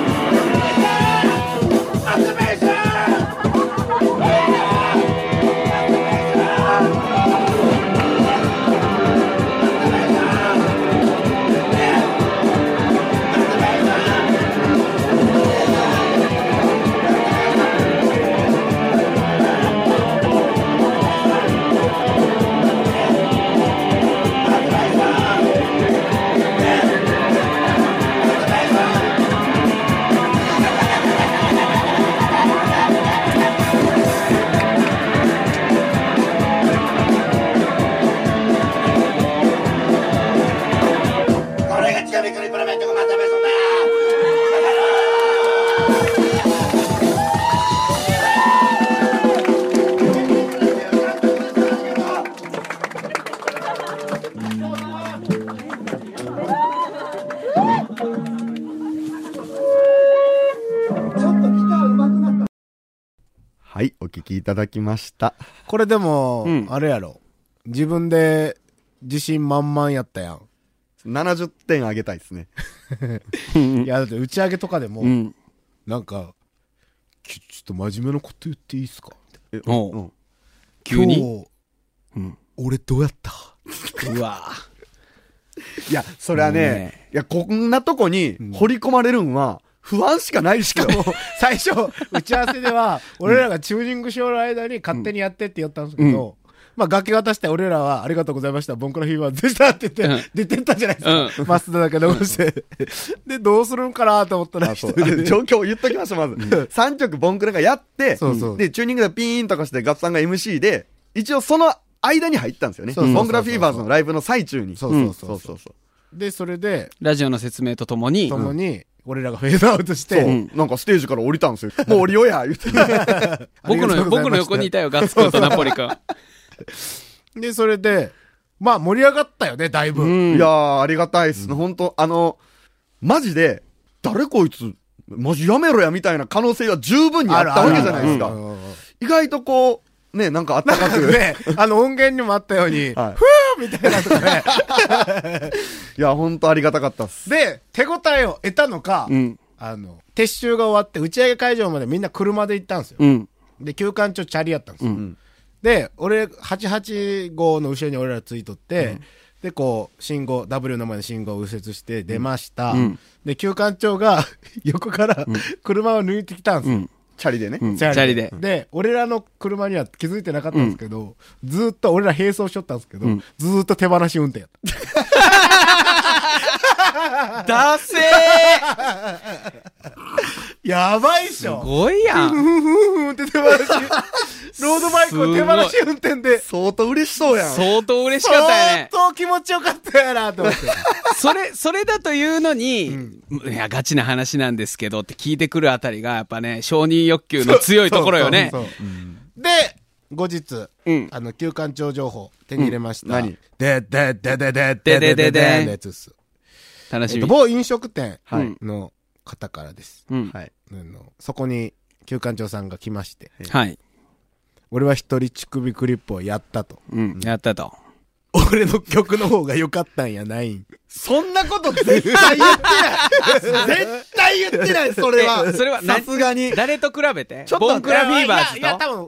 Speaker 5: 「
Speaker 3: きいただきました。
Speaker 2: これでも、
Speaker 4: うん
Speaker 2: あれやろ。自分で自信満々やったやん。
Speaker 3: 70点あげたいですね。
Speaker 2: いや、だって打ち上げとかでも、
Speaker 4: うん。
Speaker 2: なんか、きちょっと真面目なこと言っていいですか
Speaker 3: え
Speaker 4: おう
Speaker 3: うん
Speaker 4: 急に。
Speaker 2: 今日、
Speaker 4: うん
Speaker 2: 俺どうやった
Speaker 4: うわ
Speaker 3: いや、それは
Speaker 4: もう
Speaker 3: ね
Speaker 4: ね、
Speaker 3: いや、こんなとこに掘り込まれるんは不安しかないしかも。
Speaker 2: 最初、打ち合わせでは、俺らがチューニングしようの間に勝手にやってって言ったんですけど、まあ、楽器渡して俺らは、ありがとうございました、ボンクラフィーバーでしたって言って、出てったじゃないですか。マスターだけ残して。で、どうするんかなと思ったら、
Speaker 3: あ
Speaker 2: 一
Speaker 3: そう
Speaker 2: 人で。
Speaker 3: 状況を言っときましょう、まず。3曲ボンクラがやって、
Speaker 2: そうそう
Speaker 3: で、チューニングでピーンとかしてガッツさんが MC で、一応その間に入ったんですよね。
Speaker 2: そうそうそうそう
Speaker 3: ボンクラフィーバーズのライブの最中に。
Speaker 2: そうそうそう
Speaker 3: そうそうそう。
Speaker 2: で、それで、
Speaker 4: ラジオの説明とともに、
Speaker 2: ともに、俺らがフェードアウトして、
Speaker 3: そうなんかステージから降りたんです よ。もう降りようや言って。
Speaker 4: 僕の、僕の横にいたよ、ガッツくんとナポリくん。
Speaker 2: で、それで、まあ、盛り上がったよね、だいぶ。
Speaker 4: うん
Speaker 3: いやー、ありがたいっす。本当あの、マジで、誰こいつ、マジやめろや、みたいな可能性は十分にあったわけじゃないです
Speaker 2: うん
Speaker 3: か。意外とこう、ね、なんかあったかく。
Speaker 2: ね、あの音源にもあったように、
Speaker 3: は
Speaker 2: ふー
Speaker 3: い
Speaker 2: みたいなとかね。
Speaker 3: いや、本当ありがたかったっす。
Speaker 2: で、手応えを得たのか、
Speaker 4: うん。
Speaker 2: あの、撤収が終わって、打ち上げ会場までみんな車で行ったんですよ。
Speaker 4: うん。
Speaker 2: で、休館中チャリやったんですよ。
Speaker 3: ん
Speaker 2: で、俺、885の後ろに俺らついとって、で、こう、信号、W の前の信号を右折して出ました。
Speaker 4: ん
Speaker 2: で、休館長が 横から車を抜いてきたんです
Speaker 4: う
Speaker 2: よ。
Speaker 4: ん。
Speaker 3: チャリでね。
Speaker 4: うんチャリで。
Speaker 2: で、俺らの車には気づいてなかったんですけど、ずーっと俺ら並走しとったんですけど、
Speaker 4: うん
Speaker 2: ずーっと手放し運転やった。
Speaker 4: だせー
Speaker 2: やばいっし
Speaker 4: す
Speaker 2: ょ
Speaker 4: ごいやん。
Speaker 2: ふんふんって手放し、ロードバイクを手放し運転で、
Speaker 3: 相当嬉しそうやん。
Speaker 4: 相当嬉しかったよ
Speaker 2: 相
Speaker 4: ね。
Speaker 2: 当気持ちよかったやなと思って。
Speaker 4: それ、それだというのに、いや、ガチな話なんですけどって聞いてくるあたりが、やっぱね、承認欲求の強いところよね。
Speaker 2: そうそうそうで、後日、
Speaker 4: うん
Speaker 2: あの、休館長情報手に入れました。
Speaker 3: うん何
Speaker 2: で、で、で、で、で、で、で、で、で、のやつっす。
Speaker 4: 楽
Speaker 2: え
Speaker 4: し
Speaker 2: っと、
Speaker 4: み。
Speaker 2: 某飲食店
Speaker 4: はい
Speaker 2: の方からです。
Speaker 4: うん。
Speaker 3: はい。
Speaker 2: あのそこに休館長さんが来まして、
Speaker 4: はい。
Speaker 2: 俺は一人乳首クリップをやったと。
Speaker 4: うん。やったと。
Speaker 2: 俺の曲の方が良かったんやないん。
Speaker 3: そんなこと絶対言ってない絶対言ってないそれは
Speaker 4: えそれは、な
Speaker 3: さすがに。
Speaker 4: 誰と比べて
Speaker 3: ちょっと
Speaker 4: ボンクラフィーバーズと
Speaker 2: いや、いや多分、っ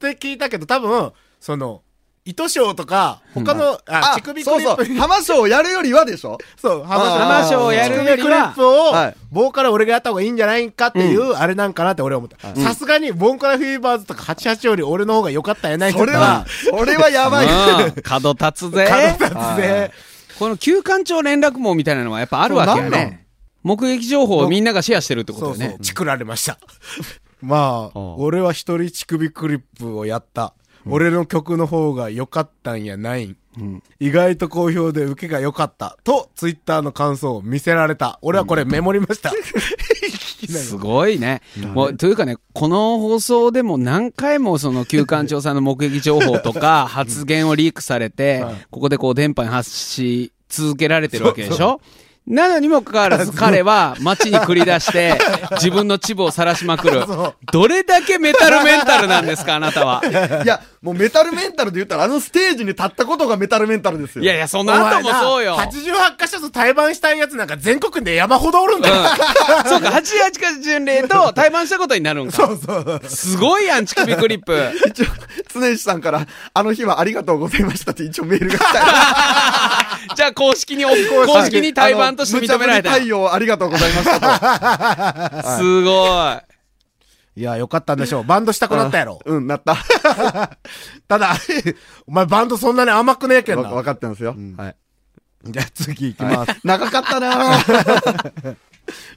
Speaker 2: て聞いたけど、多分、その、糸賞とか、他の、あ、乳首クリッ
Speaker 3: そう
Speaker 2: プ
Speaker 3: そう。
Speaker 2: に、
Speaker 3: 浜賞をやるよりはでしょ
Speaker 2: そう、
Speaker 3: あー
Speaker 2: 浜
Speaker 4: 浜賞をやるよ
Speaker 2: 乳首
Speaker 4: り
Speaker 2: クリッ
Speaker 4: は、
Speaker 2: プを
Speaker 3: はい、
Speaker 2: ボーカル俺がやった方がいいんじゃないかっていう、あれなんかなって俺は思った。さすがに、ボンクラフィーバーズとか88より俺の方が良かったんやない
Speaker 3: それ は、、それはやばい。
Speaker 4: うん角立つぜ。
Speaker 2: とかだぜ
Speaker 4: この休館長連絡網みたいなのはやっぱあるわけや
Speaker 3: そうなんなん
Speaker 4: ね。目撃情報をみんながシェアしてるってこと
Speaker 2: そ
Speaker 4: よ
Speaker 2: うそう
Speaker 4: ね、。
Speaker 2: チクられました。 まあ、
Speaker 3: ん
Speaker 2: 俺は一人乳首クリップをやった。俺の曲の方が良かったんやないん。意外と好評で受けが良かった。と、ツイッターの感想を見せられた。俺はこれメモりました。
Speaker 4: すごいね。もう、というかね、この放送でも何回もその休館長さんの目撃情報 とか発言をリークされて、ここでこう電波に発し続けられてるわけでしょなのにもかかわらず彼は街に繰り出 して自分の秩父を晒しまくる
Speaker 2: そう。
Speaker 4: どれだけメタルメンタルなんですか、あな たは。
Speaker 3: いや、もうメタルメンタルで言ったら、あのステージに立ったことがメタルメンタルですよ。
Speaker 4: いやいや、その後もそうよ。
Speaker 2: お前な88箇所と対バンしたいやつなんか全国で山ほどおるんだよ。
Speaker 4: そうか、88か巡礼と対バンしたことになるんか。
Speaker 2: そうそう。
Speaker 4: すごいやん、乳首クリップ。
Speaker 3: 一応、常石さんから、あの日はありがとうございましたって一応メールが来た。
Speaker 4: じゃあ、公式に、公式に対バンとして認められた
Speaker 3: あの無茶ぶり。対応ありがとうございま した
Speaker 4: すご
Speaker 2: い
Speaker 4: い。
Speaker 2: や、良かったんでしょう。バンドしたく
Speaker 3: と。
Speaker 2: なったやろ。
Speaker 3: うん、なった。
Speaker 2: ただ、 お前バンドそんなに甘くねえけん
Speaker 3: わ分
Speaker 2: な。
Speaker 3: かってますよ。はい。
Speaker 2: じゃあ次行きます。
Speaker 3: 長かったなぁ。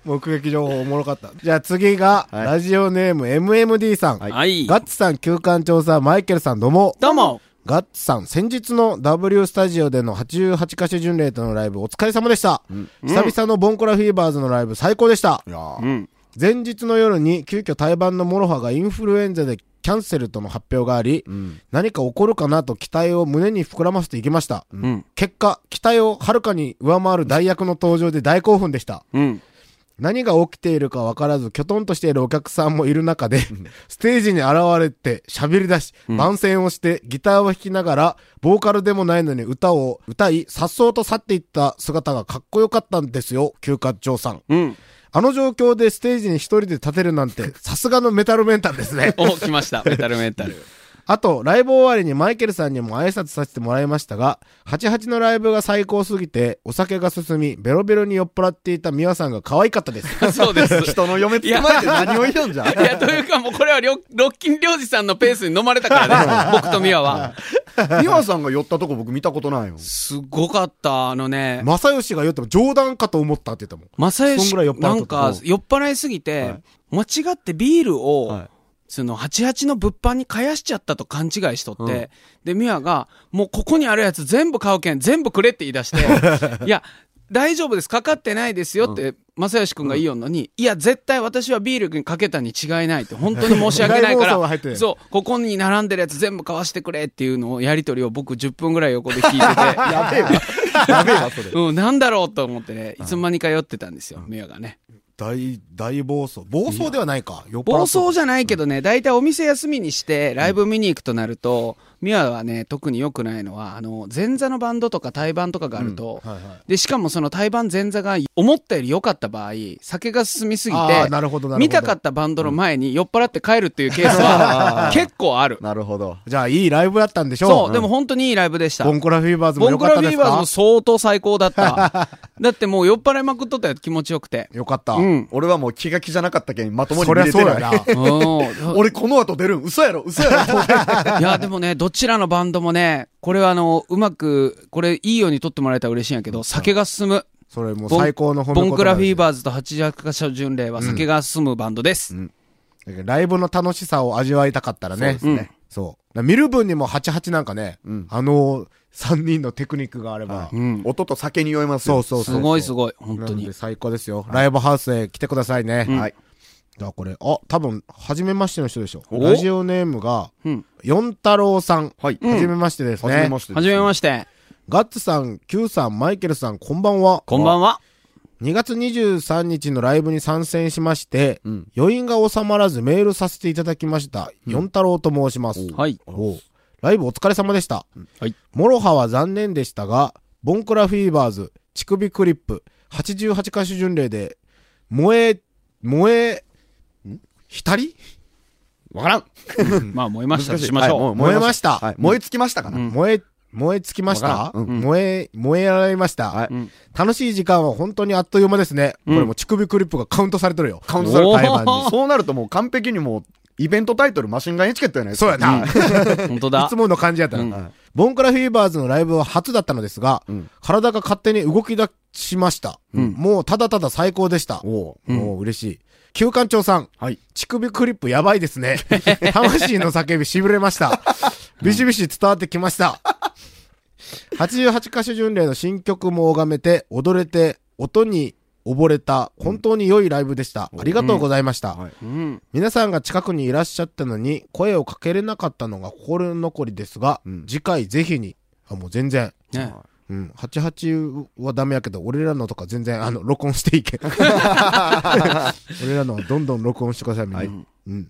Speaker 2: 目撃情報おもろかった。じゃあ次が、
Speaker 3: はい
Speaker 2: ラジオネーム MMD さん。
Speaker 3: はい
Speaker 4: はい。
Speaker 2: ガッツさん、休館調査、マイケルさん、どうも。
Speaker 4: どうも。
Speaker 2: ガッツさん、先日の W スタジオでの88カ所巡礼とのライブお疲れ様でした。久々のボンコラフィーバーズのライブ最高でした。
Speaker 4: うん。
Speaker 2: 前日の夜に急遽対バンのモロハがインフルエンザでキャンセルとの発表があり、何か起こるかなと期待を胸に膨らませていきました。
Speaker 4: うん。
Speaker 2: 結果、期待をはるかに上回る代役の登場で大興奮でした。
Speaker 4: うん。
Speaker 2: 何が起きているかわからず、きょとんとしているお客さんもいる中で、ステージに現れて喋り出し、番宣をして、ギターを弾きながら、ボーカルでもないのに歌を歌い、颯爽と去っていった姿がかっこよかったんですよ、休暇長さん。
Speaker 4: うん。
Speaker 2: あの状況でステージに一人で立てるなん て、さすがのメタルメンタルですね。
Speaker 4: お、来ました。メタルメンタ ル。
Speaker 2: あと、ライブ終わりにマイケルさんにも挨拶させてもらいましたが、88のライブが最高すぎて、お酒が進み、ベロベロに酔っ払っていたミワさんが可愛かったです。
Speaker 4: そうです。
Speaker 3: 人の嫁つかまえて何を言うんじゃん。
Speaker 4: いや、というかもうこれはりょロッキン・リョージさんのペースに飲まれたからね、僕とミワは。
Speaker 3: 美和さんが寄ったとこ僕見たことないよ。
Speaker 4: すごかった、あのね。
Speaker 2: 正義が酔っても冗談かと思ったって言ったもん。そ
Speaker 4: 正
Speaker 2: ん
Speaker 4: 義
Speaker 2: ぐらい酔っ払っ
Speaker 4: な
Speaker 2: と
Speaker 4: ん
Speaker 2: った
Speaker 4: か酔っ払いすぎて、間違ってビールを、
Speaker 3: はい
Speaker 4: その88の物販に返やしちゃったと勘違いしとって、で、ミワが、もうここにあるやつ全部買うけん、全部くれって言い出 して、いや、大丈夫です、かかってないですよって、正義くんが言うのに、いや、絶対私はビールにかけたに違いないって、本当に申し訳な
Speaker 2: 大
Speaker 4: いか
Speaker 2: 暴走が入ってる
Speaker 4: ら、そう、ここに並んでるやつ全部買わしてくれっていうのを、やりとりを僕10分ぐらい横で聞いて て、
Speaker 3: やべえわ。やべえわ、それ。
Speaker 4: うん、なんだろうと思ってね、いつの間にか酔ってたんですよ、ミワがね。
Speaker 2: 大、大暴走。暴走ではないか。酔っ払
Speaker 4: 暴走
Speaker 2: じ
Speaker 4: じゃないけどね、大体お店休みにして、ライブ見に行くとなると、ミワはね、特に良くないのは、あの、前座のバンドとか対バンとかがあると、
Speaker 2: はいはい
Speaker 4: で、しかもその対バン前座が思ったより良かった場合、酒が進みすぎて
Speaker 2: あーなるほどなるほど、
Speaker 4: 見たかったバンドの前に酔っ払って帰るっていうケースは 結構ある。
Speaker 3: なるほど。
Speaker 2: じゃあ、いいライブだったんでしょ
Speaker 4: そう、
Speaker 2: ん
Speaker 4: でも本当にいいライブでした。
Speaker 2: ボンコラフィーバーズも
Speaker 4: ボン
Speaker 2: 良
Speaker 4: ク
Speaker 2: かっ
Speaker 4: ラ
Speaker 2: たで
Speaker 4: フィ
Speaker 2: す
Speaker 4: ーバーズ
Speaker 2: か
Speaker 4: も相当最高だ った。だってもう酔っ払いまくっとったよ、気持ちよくて。
Speaker 2: よかった。
Speaker 4: うん。
Speaker 3: 俺はもう気が気じゃなかったけん、まともに
Speaker 2: そり
Speaker 3: 見
Speaker 2: ゃ
Speaker 3: れ
Speaker 2: そ
Speaker 3: て
Speaker 2: うや
Speaker 3: な
Speaker 2: な。
Speaker 3: い。
Speaker 4: うん。
Speaker 3: 俺この後出るん嘘やろ嘘や ろ
Speaker 4: いや、でもね、どちらのバンドもね、これはあの、うまく、これいいように撮ってもらえたら嬉しいんやけど、酒が進む。
Speaker 2: それもう
Speaker 4: ボン
Speaker 2: 最高の褒め
Speaker 4: ボ
Speaker 2: 言葉
Speaker 4: ンクラフィー
Speaker 2: ー
Speaker 4: バーズと八百貨所巡礼は酒が進むバンドです。
Speaker 2: ライブの楽しさを味わいたかったらね。
Speaker 4: そうですね
Speaker 2: そう。だから見る分にも88なんかね、あの3人のテクニックがあれば。
Speaker 4: うん。
Speaker 3: 音と酒に酔います
Speaker 2: そ
Speaker 3: よ。
Speaker 2: うそう
Speaker 4: す
Speaker 2: そう。
Speaker 4: ごいす
Speaker 2: い。
Speaker 4: ごい、本
Speaker 2: な
Speaker 4: 当
Speaker 2: の
Speaker 4: に
Speaker 2: で。最高ですよ。ライブハウスへ来てくださいね。
Speaker 4: うん
Speaker 3: はい。
Speaker 2: じゃあこれ、あ、多分、初めましての人でしょ。
Speaker 4: お
Speaker 2: ラジオネームが、
Speaker 4: うん。
Speaker 2: 四太郎さん。
Speaker 3: はい。
Speaker 2: 初めましてです
Speaker 3: はじめ
Speaker 2: ね。
Speaker 3: まして。
Speaker 4: はじめまして。
Speaker 2: ガッツさん、Q さん、マイケルさん、こんばんは。
Speaker 4: こんばんは。
Speaker 2: 2月23日のライブに参戦しまして、
Speaker 3: うん
Speaker 2: 余韻が収まらずメールさせていただきました。四太郎と申します。
Speaker 4: はい。
Speaker 2: おうライブお疲れ様でした。
Speaker 4: はい。
Speaker 2: モロハは残念でしたが、ボンクラフィーバーズ、乳首クリップ、88歌手巡礼で、萌え、萌え、光
Speaker 3: わからん。
Speaker 4: まあ、燃えましたと
Speaker 3: 難い
Speaker 4: しまし
Speaker 3: はいも
Speaker 4: ょう。
Speaker 2: 燃えました
Speaker 3: はい燃え尽きましたかな。
Speaker 4: うん
Speaker 2: 燃え、燃えつきまし
Speaker 3: わ
Speaker 2: た、
Speaker 3: からん
Speaker 2: 燃え、燃えられました、
Speaker 3: はい
Speaker 4: うん
Speaker 2: 楽しい時間は本当にあっという間ですね。
Speaker 4: うん
Speaker 2: これもう乳首クリップがカウントされてるよ。
Speaker 3: カウントされ
Speaker 4: お
Speaker 3: た
Speaker 4: ー
Speaker 2: 台湾に。
Speaker 3: そうなるともう完璧にもう、イベントタイトルマシンガンエチケットやないです
Speaker 2: そうやな。
Speaker 4: 本当
Speaker 2: い
Speaker 4: だ
Speaker 2: つ。もの感じやったな、
Speaker 4: うん
Speaker 2: はいボンクラフィーバーズのライブは初だったのですが、
Speaker 3: うん
Speaker 2: 体が勝手に動き出しました、
Speaker 4: うん
Speaker 2: もうただただ最高でした。
Speaker 3: おう
Speaker 4: うん
Speaker 2: もう嬉しい。旧館長さん。
Speaker 3: はい
Speaker 2: 乳首クリップやばい ですね。魂の叫び痺れました。ビシビシ伝わってきました。88カ所巡礼の新曲も拝めて、踊れて、音に溺れた、本当に良いライブでした。ありがとうございました。
Speaker 3: はい
Speaker 4: うん。
Speaker 2: 皆さんが近くにいらっしゃったのに、声をかけれなかったのが心残りですが、
Speaker 3: うん
Speaker 2: 次回ぜひに、あ、もう全然。
Speaker 4: ね。
Speaker 2: うん。88はダメやけど、俺らのとか全然、あの、録音してい け。俺らのはどんどん録音してください、みんな。
Speaker 3: はい
Speaker 2: うん。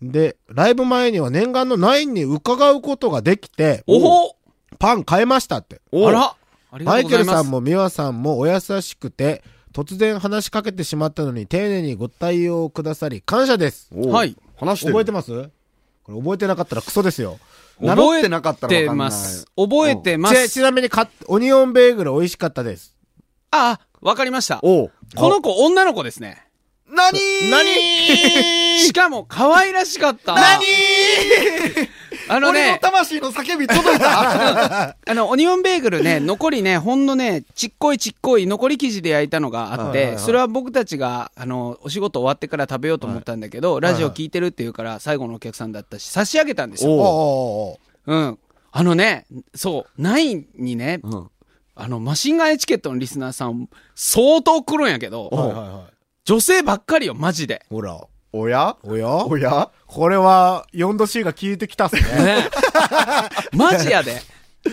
Speaker 2: で、ライブ前には念願のナインに伺うことができて、
Speaker 4: おほ
Speaker 2: パン買えましたって。
Speaker 4: あらありが
Speaker 2: マ
Speaker 4: とう
Speaker 2: イ
Speaker 4: ご
Speaker 2: ケ
Speaker 4: ざ
Speaker 2: ル
Speaker 4: いま
Speaker 2: さ
Speaker 4: す
Speaker 2: ん。もミワさんもお優しくて、突然話しかけてしまったのに丁寧にご対応くださり、感謝です。
Speaker 3: おう
Speaker 4: はい。
Speaker 3: 話してる
Speaker 2: 覚えてますこれ覚えてなかったらクソですよ。
Speaker 3: 名乗ってなかったらわかんない
Speaker 4: 覚えてます。覚えてま
Speaker 2: ち
Speaker 4: す
Speaker 2: ち。なみにか、オニオンベーグル美味しかったです。
Speaker 4: あ、わかりました。こ
Speaker 3: おう
Speaker 4: の子、女の子ですね。
Speaker 3: なに
Speaker 4: しかも、可愛らしかった。
Speaker 3: 何
Speaker 4: あの
Speaker 3: 俺の
Speaker 4: ね、
Speaker 3: 魂の叫び届いた
Speaker 4: あの、オニオンベーグル ね、残りね、ほんのね、ちっこいちっこい残り生地で焼いたのが
Speaker 2: は
Speaker 4: あっ
Speaker 2: いはいは
Speaker 4: て、
Speaker 2: い
Speaker 4: それは僕たちが、あの、お仕事終わってから食べようと思ったんだけど、ラジオ聞いてるっていうから、最後のお客さんだったし、差し上げたんです
Speaker 2: お
Speaker 4: よ。
Speaker 2: うおうおう
Speaker 4: うん。あのね、そう、9にね、
Speaker 3: ん
Speaker 4: あの、マシンガンエチケットのリスナーさん、相当来るんやけ
Speaker 2: はい
Speaker 4: ど、
Speaker 2: はいはい。
Speaker 4: 女性ばっかりよ、マジで。
Speaker 2: ほら。
Speaker 3: おや
Speaker 2: おや
Speaker 3: おや
Speaker 2: これは、4度 C が効いてきたっすね。
Speaker 4: ね マジやで。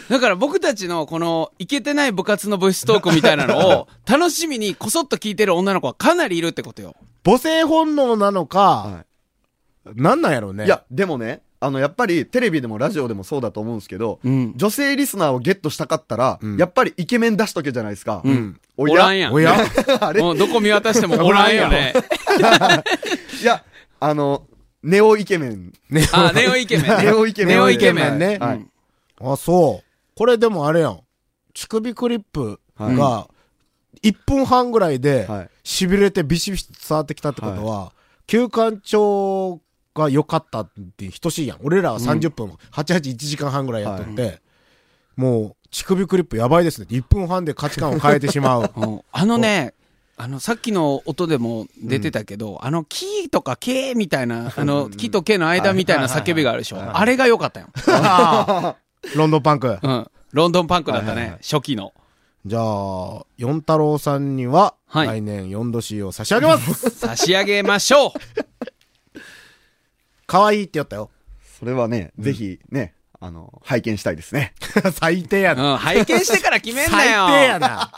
Speaker 4: だから僕たちのこの、いけてない部活の部室トークみたいなのを、楽しみにこそっと聞いてる女の子はかなりいるってことよ。
Speaker 2: 母性本能なのか、なんなんやろうね。
Speaker 3: いや、でもね、あの、やっぱりテレビでもラジオでもそうだと思うんですけど、
Speaker 4: うん
Speaker 3: 女性リスナーをゲットしたかったら、やっぱりイケメン出しとけじゃないですか。
Speaker 4: うん
Speaker 3: お
Speaker 4: おらん
Speaker 3: や。
Speaker 4: やん。
Speaker 2: おや
Speaker 3: あれ
Speaker 4: もうどこ見渡してもおらんよね。
Speaker 3: いや、あの、ネオイケメン。
Speaker 2: ね。
Speaker 4: あ、ネオイケメンね。
Speaker 3: ネオイケメン
Speaker 4: ネオイケメン。
Speaker 2: ね
Speaker 3: はい
Speaker 2: うんあ、そう。これでもあれやん。乳首クリップが、1分半ぐらいで
Speaker 3: はい、
Speaker 2: 痺れてビシビシ伝わってきたってことは、休館長が良かったって等しいやん。俺らは30分、881時間半ぐらいやっとって、もう、乳首クリップやばいですねって。1分半で価値観を変えてしまう
Speaker 4: うんあのね、あの、さっきの音でも出てたけど、あの、キーとかケーみたいな、あの、キとケーの間みたいな叫びがあるでしょ。あれが良かったよ。
Speaker 2: ロンドンパンク。
Speaker 4: うん。ロンドンパンクだった
Speaker 3: はいはいは
Speaker 4: ね、初期の。
Speaker 2: じゃあ、四太郎さんには、
Speaker 4: はい
Speaker 2: 来年四度 C を差し上げ ます
Speaker 4: 差し上げましょう
Speaker 2: 可愛いって言 ったよ。
Speaker 3: それはね、ぜひね、あの、拝見したいですね。
Speaker 2: 最低や
Speaker 4: う
Speaker 2: な。
Speaker 4: ん、拝見してから決めんな
Speaker 2: 最
Speaker 4: よ
Speaker 2: 低やな。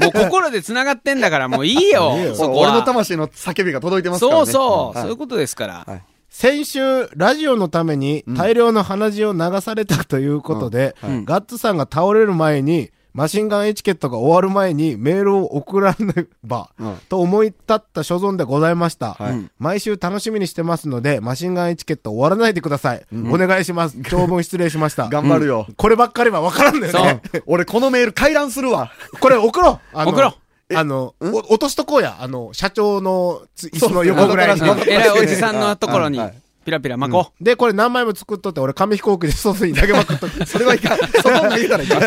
Speaker 4: もう心で繋がってんだから、もういいよ
Speaker 2: いいよ、
Speaker 4: そこ
Speaker 3: 俺の
Speaker 4: は。
Speaker 3: 魂の叫びが届いてますからね。
Speaker 4: そうそう、
Speaker 3: はい
Speaker 4: そういうことですから。
Speaker 3: はい
Speaker 2: 先週、ラジオのために大量の鼻血を流されたということで、ガッツさんが倒れる前に、マシンガンエチケットが終わる前にメールを送らねば
Speaker 3: うん、
Speaker 2: と思い立った所存でございました、
Speaker 3: はい
Speaker 2: 毎週楽しみにしてますので、マシンガンエチケット終わらないでください。お願いします。長文失礼しました。
Speaker 3: 頑張るよ。
Speaker 2: こればっかりは分からんのよね。
Speaker 3: 俺このメール回覧するわ。
Speaker 2: これ送ろうあの
Speaker 4: 送ろう
Speaker 2: あの、お落としとこうや。あの、社長のつ椅子の横ぐらいに
Speaker 3: そうそうそう。
Speaker 4: 偉いおじさんのところに
Speaker 3: はいはい、
Speaker 4: ピラピラ巻こう。
Speaker 2: で、これ何枚も作っとって、俺紙飛行機でソースに投げまくっとって。
Speaker 3: それはい かん。そこ投げたらいかん。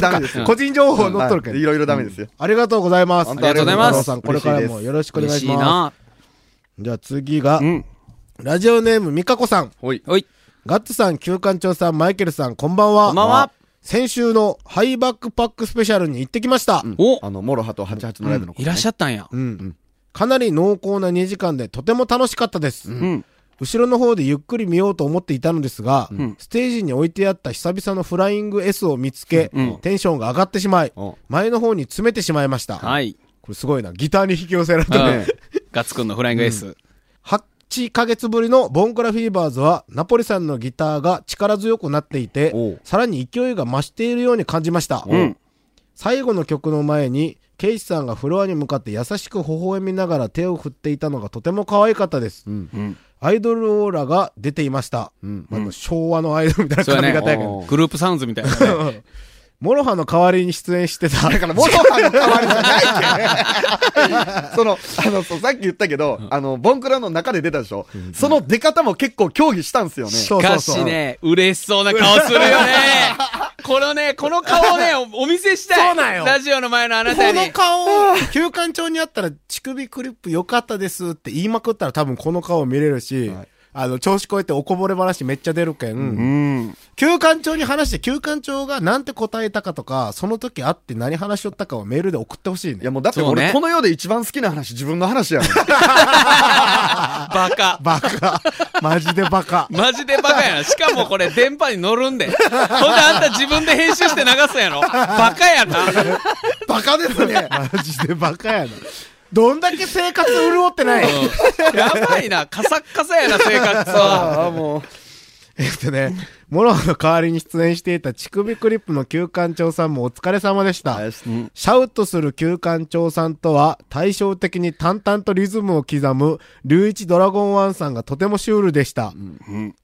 Speaker 3: ダメです よ。
Speaker 2: 個人情報載っとるけ
Speaker 3: は
Speaker 2: ど
Speaker 3: い。いろいろダメですよ。
Speaker 2: ありがとうございます。
Speaker 3: あり
Speaker 4: がとうございま
Speaker 2: 太
Speaker 4: す
Speaker 2: 郎さん、これからもよろしくお願い
Speaker 4: 嬉し
Speaker 2: し
Speaker 4: い
Speaker 2: ま
Speaker 4: な。
Speaker 2: す。じゃあ次が
Speaker 4: う、ん。
Speaker 2: ラジオネームみかこさん。
Speaker 3: ほい。
Speaker 4: おい。
Speaker 2: ガッツさん、旧館長さん、マイケルさん、こんばんは。
Speaker 4: こんばんは。
Speaker 2: 先週のハイバックパックスペシャルに行ってきました。
Speaker 4: お
Speaker 3: あの、モロハと88のライブの子
Speaker 4: いらっしゃったんや。
Speaker 2: うんかなり濃厚な2時間でとても楽しかったです。
Speaker 4: うん。
Speaker 2: 後ろの方でゆっくり見ようと思っていたのですが、
Speaker 4: ん
Speaker 2: ステージに置いてあった久々のフライング S を見つけ、
Speaker 4: うん
Speaker 2: テンションが上がってしまい、
Speaker 3: うん
Speaker 2: 前の方に詰めてしまいました。
Speaker 4: はい。
Speaker 2: これすごいな。ギターに引き寄せられ
Speaker 4: う
Speaker 2: たね。
Speaker 4: んガッツくんのフライング S。
Speaker 2: 8ヶ月ぶりのボンクラフィーバーズは、ナポリさんのギターが力強くなってい
Speaker 3: お
Speaker 2: て
Speaker 3: う、
Speaker 2: さらに勢いが増しているように感じました。
Speaker 4: ん
Speaker 2: 最後の曲の前に、ケイシさんがフロアに向かって優しく微笑みながら手を振っていたのがとても可愛かったです。
Speaker 4: うん。
Speaker 2: アイドルオーラが出ていました。まああの昭和のアイドルみたい
Speaker 4: そ
Speaker 2: な
Speaker 4: うや
Speaker 2: 髪型やけ
Speaker 4: ね
Speaker 2: ど。。
Speaker 4: グループサウンズ みたいなね。
Speaker 2: モロハの代わりに出演してた。
Speaker 3: だから、モロハの代わりじゃないけどその、あの、そうさっき言ったけど、あの、ボンクラの中で出たでしょ。その出方も結構協議したんすよね。
Speaker 2: そうそ
Speaker 4: か
Speaker 2: うそう
Speaker 4: しね、嬉しそうな顔するよ ね。このね、この顔をね、おお見せしたい。
Speaker 2: そうなんよ
Speaker 4: ラジオの前のあな
Speaker 2: こ
Speaker 4: たに。
Speaker 2: の顔、休館長にあったら、乳首クリップ良かったですって言いまくったら多分この顔見れるし、あの、調子こえておこぼれ話めっちゃ出るけん、
Speaker 4: うん。
Speaker 2: 休館長に話して、休館長がなんて答えたかとか、その時会って何話しよったかをメールで送ってほしい
Speaker 3: いや
Speaker 2: ね。
Speaker 3: もうだって
Speaker 4: そうね
Speaker 3: 俺この世で一番好きな話自分の 話やもん。
Speaker 4: バカ。。
Speaker 2: バカ。マジでバカ
Speaker 4: マジでバカやな。しかもこれ電波に乗るんで。ほんであんた自分で編集して流すやろ。バカやな。
Speaker 3: バカですね。
Speaker 2: マジでバカやな。どんだけ生活潤ってない
Speaker 4: うんやばいな。カサッカサやな、生活は。
Speaker 3: ああ、もう。
Speaker 2: えっとね、モロハの代わりに出演していた乳首クリップの休館長さんもお疲れ様でした。シャウトする旧館長さんとは対照的に淡々とリズムを刻む龍一ドラゴンワンさんがとてもシュールでした。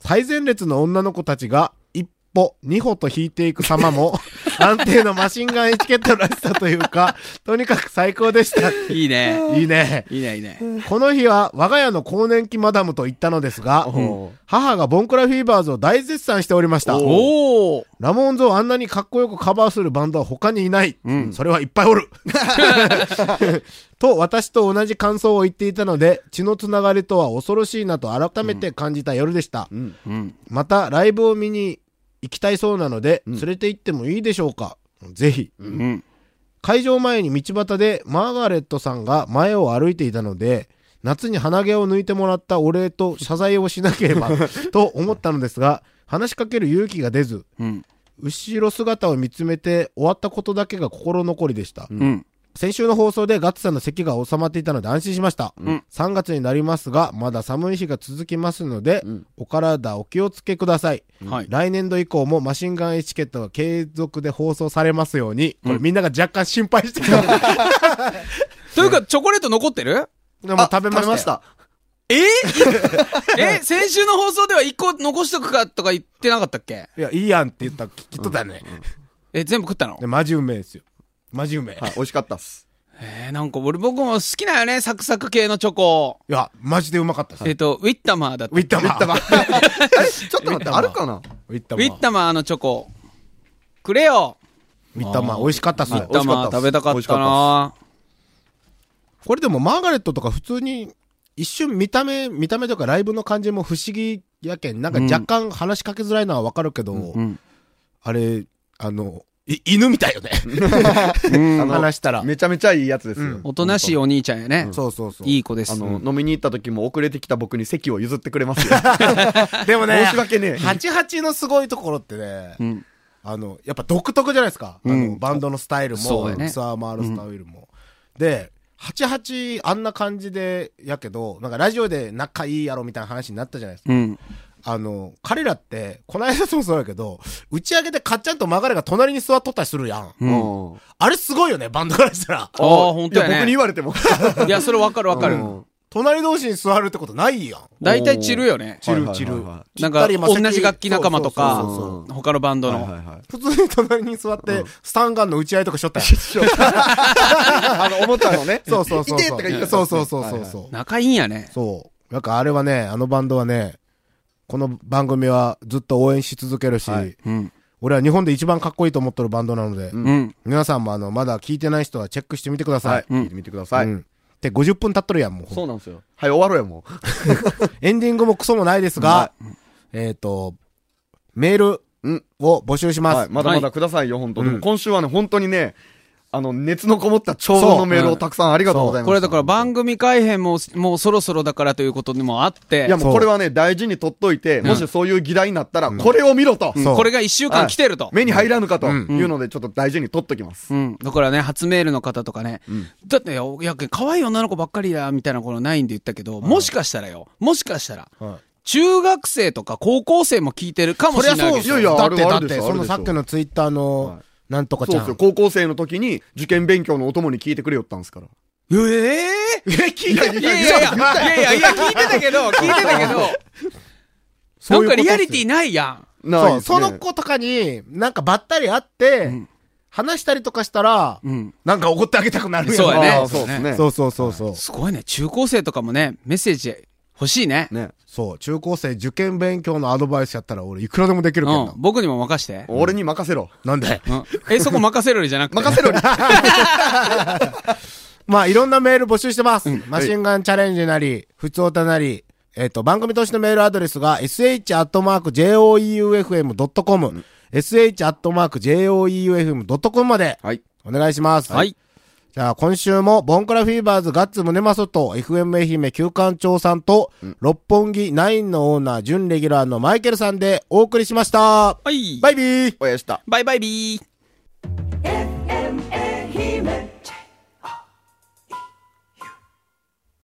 Speaker 2: 最前列の女の子たちが一歩、二歩と引いていく様も 安定のマシンガンエチケットらしさというか、とにかく最高でした。
Speaker 4: いいね。
Speaker 2: いいね。
Speaker 4: いいね、いいね。
Speaker 2: この日は我が家の更年期マダムと言ったのですが、母がボンクラフィーバーズを大絶賛しておりました。
Speaker 4: おお。
Speaker 2: ラモーンズをあんなにかっこよくカバーするバンドは他にいない。それはいっぱいお る。と、私と同じ感想を言っていたので、血のつながりとは恐ろしいなと改めて感じた夜でした。また、ライブを見に行きたいそうなので、連れて行ってもいいでしょうかぜひ。
Speaker 4: うん。
Speaker 2: 会場前に道端でマーガレットさんが前を歩いていたので、夏に鼻毛を抜いてもらったお礼と謝罪をしなければと思ったのですが、話しかける勇気が出ず、
Speaker 4: うん。
Speaker 2: 後ろ姿を見つめて終わったことだけが心残りでした。
Speaker 4: うん。
Speaker 2: 先週の放送でガッツさんの咳が収まっていたので安心しました。
Speaker 4: うん
Speaker 2: 3月になりますが、まだ寒い日が続きますので、お体お気をつけください。
Speaker 4: はい。
Speaker 2: 来年度以降もマシンガンエチケットが継続で放送されますように、これみんなが若干心配して た。
Speaker 4: というか、チョコレート残ってる
Speaker 2: でも食べましたよ。
Speaker 3: た。
Speaker 4: ええ先週の放送では1個残しとくかとか言ってなかったっけ
Speaker 2: いや、いいやんって言ったら聞きとったね。
Speaker 4: え、全部食ったの
Speaker 2: で、マジうめえですよ。マジうめえ。
Speaker 3: はい
Speaker 2: い、
Speaker 3: 美味しかったっ す。
Speaker 4: えー、なんか俺僕も好きなんよね、サクサク系のチョコ。
Speaker 2: や、マジでうまかったっす
Speaker 4: えっと、ウィッタマーだって。
Speaker 2: ウィッタマー。ウ
Speaker 3: あれちょっと待って、あるかな
Speaker 2: ィッタ
Speaker 4: ウ
Speaker 2: マ
Speaker 4: ィ
Speaker 2: ー
Speaker 4: ッ。タマーのチョコ。くれよ
Speaker 2: ウィッタマー、美味しかったっす
Speaker 4: ウィ
Speaker 2: よ
Speaker 4: ッ。タマー食べたかったな
Speaker 2: これでもマーガレットとか普通に、一瞬見た目、見た目とかライブの感じも不思議やけん、なんか若干話しかけづらいのはわかるけど、
Speaker 4: うん。
Speaker 2: あれ、あの、い犬みたい よね。
Speaker 3: あの
Speaker 2: 話したら。
Speaker 3: めちゃめちゃいいやつですよ。
Speaker 4: おとなしいお兄ちゃんやね。
Speaker 2: そうそうそう。
Speaker 4: いい子です。
Speaker 3: あの、
Speaker 4: うん
Speaker 3: 飲みに行った時も遅れてきた僕に席を譲ってくれますよ。
Speaker 2: でもね、
Speaker 3: 申し訳ねえ
Speaker 2: 88のすごいところってね、
Speaker 4: ん
Speaker 2: あの、やっぱ独特じゃないですか。あのバンドのスタイル
Speaker 4: そう
Speaker 2: も、
Speaker 4: やね
Speaker 2: ツアー回るスタイルも。で、88あんな感じで、やけど、なんかラジオで仲いいやろみたいな話になったじゃないですか。
Speaker 4: うん。
Speaker 2: あの、彼らって、この間もそうやけど、打ち上げでかっちゃんと流れが隣に座っとったりするやん。
Speaker 4: うん
Speaker 3: うん
Speaker 2: あれすごいよね、バンドからしたら。
Speaker 4: ああ、ほんと
Speaker 3: いや、僕
Speaker 4: や
Speaker 3: に
Speaker 4: ね
Speaker 3: 言。われても。
Speaker 4: いや、それわかるわかる
Speaker 3: う。ん
Speaker 2: 隣同士に座るってことないやん。
Speaker 4: 大体散るよね。
Speaker 2: チル
Speaker 3: はいはいはいはい
Speaker 2: チル。
Speaker 4: なんか、同じ楽器仲間とか
Speaker 2: そうそうそうそう、
Speaker 4: 他のバンド
Speaker 3: はい
Speaker 4: の。
Speaker 3: はいはい。
Speaker 2: 普通に隣に座って、スタンガンの打ち合いとかしとったやん。
Speaker 3: あの、思ったのね。
Speaker 2: そうそうそうそう。
Speaker 3: いてとか言って
Speaker 2: そうそうそう
Speaker 3: はい
Speaker 2: そう
Speaker 3: はい
Speaker 2: そう。
Speaker 4: 仲いいんやね。
Speaker 2: そう。なんかあれはね、あのバンドはね、この番組はずっと応援し続けるし、
Speaker 3: はい
Speaker 4: うん。
Speaker 2: 俺は日本で一番かっこいいと思ってるバンドなので、
Speaker 4: うん。
Speaker 2: 皆さんもあの、まだ聞いてない人はチェックしてみてくださ
Speaker 3: はいい。。聞いてみてください。
Speaker 2: うん。で、50分経っとるやん、もう。
Speaker 3: そうなんですよ。はい、終わろうよ、も
Speaker 2: エンディングもクソもないですが、えっ、と、メール
Speaker 3: う。うん。
Speaker 2: を募集します。
Speaker 3: はい、まだまだくださいよ、本当でも今週はね、本当にね、あの、熱のこもった長
Speaker 2: そう
Speaker 3: 文のメールをたくさんありがとうございます。
Speaker 4: これだから番組改編も、もうそろそろだからということにもあって
Speaker 3: いや、、も
Speaker 2: そう
Speaker 3: うこれはね、大事に取っといて、もしそういう議題になったら、これを見ろと。
Speaker 2: そう
Speaker 4: これが一週間来てると
Speaker 3: はい。目に入らぬかと
Speaker 2: うん
Speaker 3: いうので、ちょっと大事に取っときます。
Speaker 4: うん。だからね、初メールの方とかね、だってよ、いや、可愛い女の子ばっかりだ、みたいなことないんで言ったけど、もしかしたらよ、もしかしたら、
Speaker 2: はい
Speaker 4: 中学生とか高校生も聞いてるかも
Speaker 2: そ
Speaker 4: し
Speaker 2: り
Speaker 4: れ
Speaker 2: ゃ
Speaker 4: ない
Speaker 2: そうで
Speaker 4: わけ
Speaker 2: す
Speaker 4: よ
Speaker 2: よ。
Speaker 3: いやいや
Speaker 2: だ
Speaker 3: あ
Speaker 2: っ
Speaker 3: る
Speaker 2: て、
Speaker 3: あ
Speaker 2: だっ
Speaker 3: るで
Speaker 2: て、
Speaker 3: しょ
Speaker 2: その
Speaker 3: あるでし
Speaker 2: さ
Speaker 3: ょ
Speaker 2: っきのツイッターの
Speaker 3: は、
Speaker 2: なんとか
Speaker 3: そう
Speaker 2: ちゃ
Speaker 3: です
Speaker 2: ん。
Speaker 3: よ。高校生の時に、受験勉強のお供に聞いてくれよったんですから。
Speaker 4: ええ
Speaker 2: え、聞いた
Speaker 4: いやいやいや、いやいやいや、聞いてたけ ど、聞いてたけど、
Speaker 2: そう
Speaker 4: なんかリアリティ
Speaker 2: ィ
Speaker 4: ないやん。
Speaker 3: ない
Speaker 2: そう、
Speaker 3: ですね
Speaker 2: その子とかに、なんかばったり会って、話したりとかしたら、
Speaker 4: うん。
Speaker 2: なんか怒ってあげたくなるよ
Speaker 4: そうやね
Speaker 3: あーそうですね。
Speaker 2: そうそうそうそう。
Speaker 4: すごいね、中高生とかもね、メッセージ欲しいね。
Speaker 3: ね。
Speaker 2: そう、中高生受験勉強のアドバイスやったら俺いくらでもできるけ
Speaker 4: うんん
Speaker 2: な。。
Speaker 4: 僕にも任して。
Speaker 3: 俺に任せ ろ。
Speaker 2: なんで
Speaker 4: うん。え、そこ 任せるよりじゃなくて。
Speaker 3: 任せろに
Speaker 2: まあ、いろんなメール募集してます。マシンガンチャレンジなり、ふつおたなり、えっ、と、番組投資のメールアドレスが、sh.joeufm.com、sh.joeufm.com まで、
Speaker 3: はい。
Speaker 2: お願いします。
Speaker 4: はい。
Speaker 2: じゃあ、今週も、ボンクラフィーバーズガッツムネマソと、FM 愛媛旧館長さんと、六本木ナインのオーナー、準レギュラーのマイケルさんでお送りしました。
Speaker 4: はい。
Speaker 2: バイビー
Speaker 3: おやした。
Speaker 4: バイバイビー。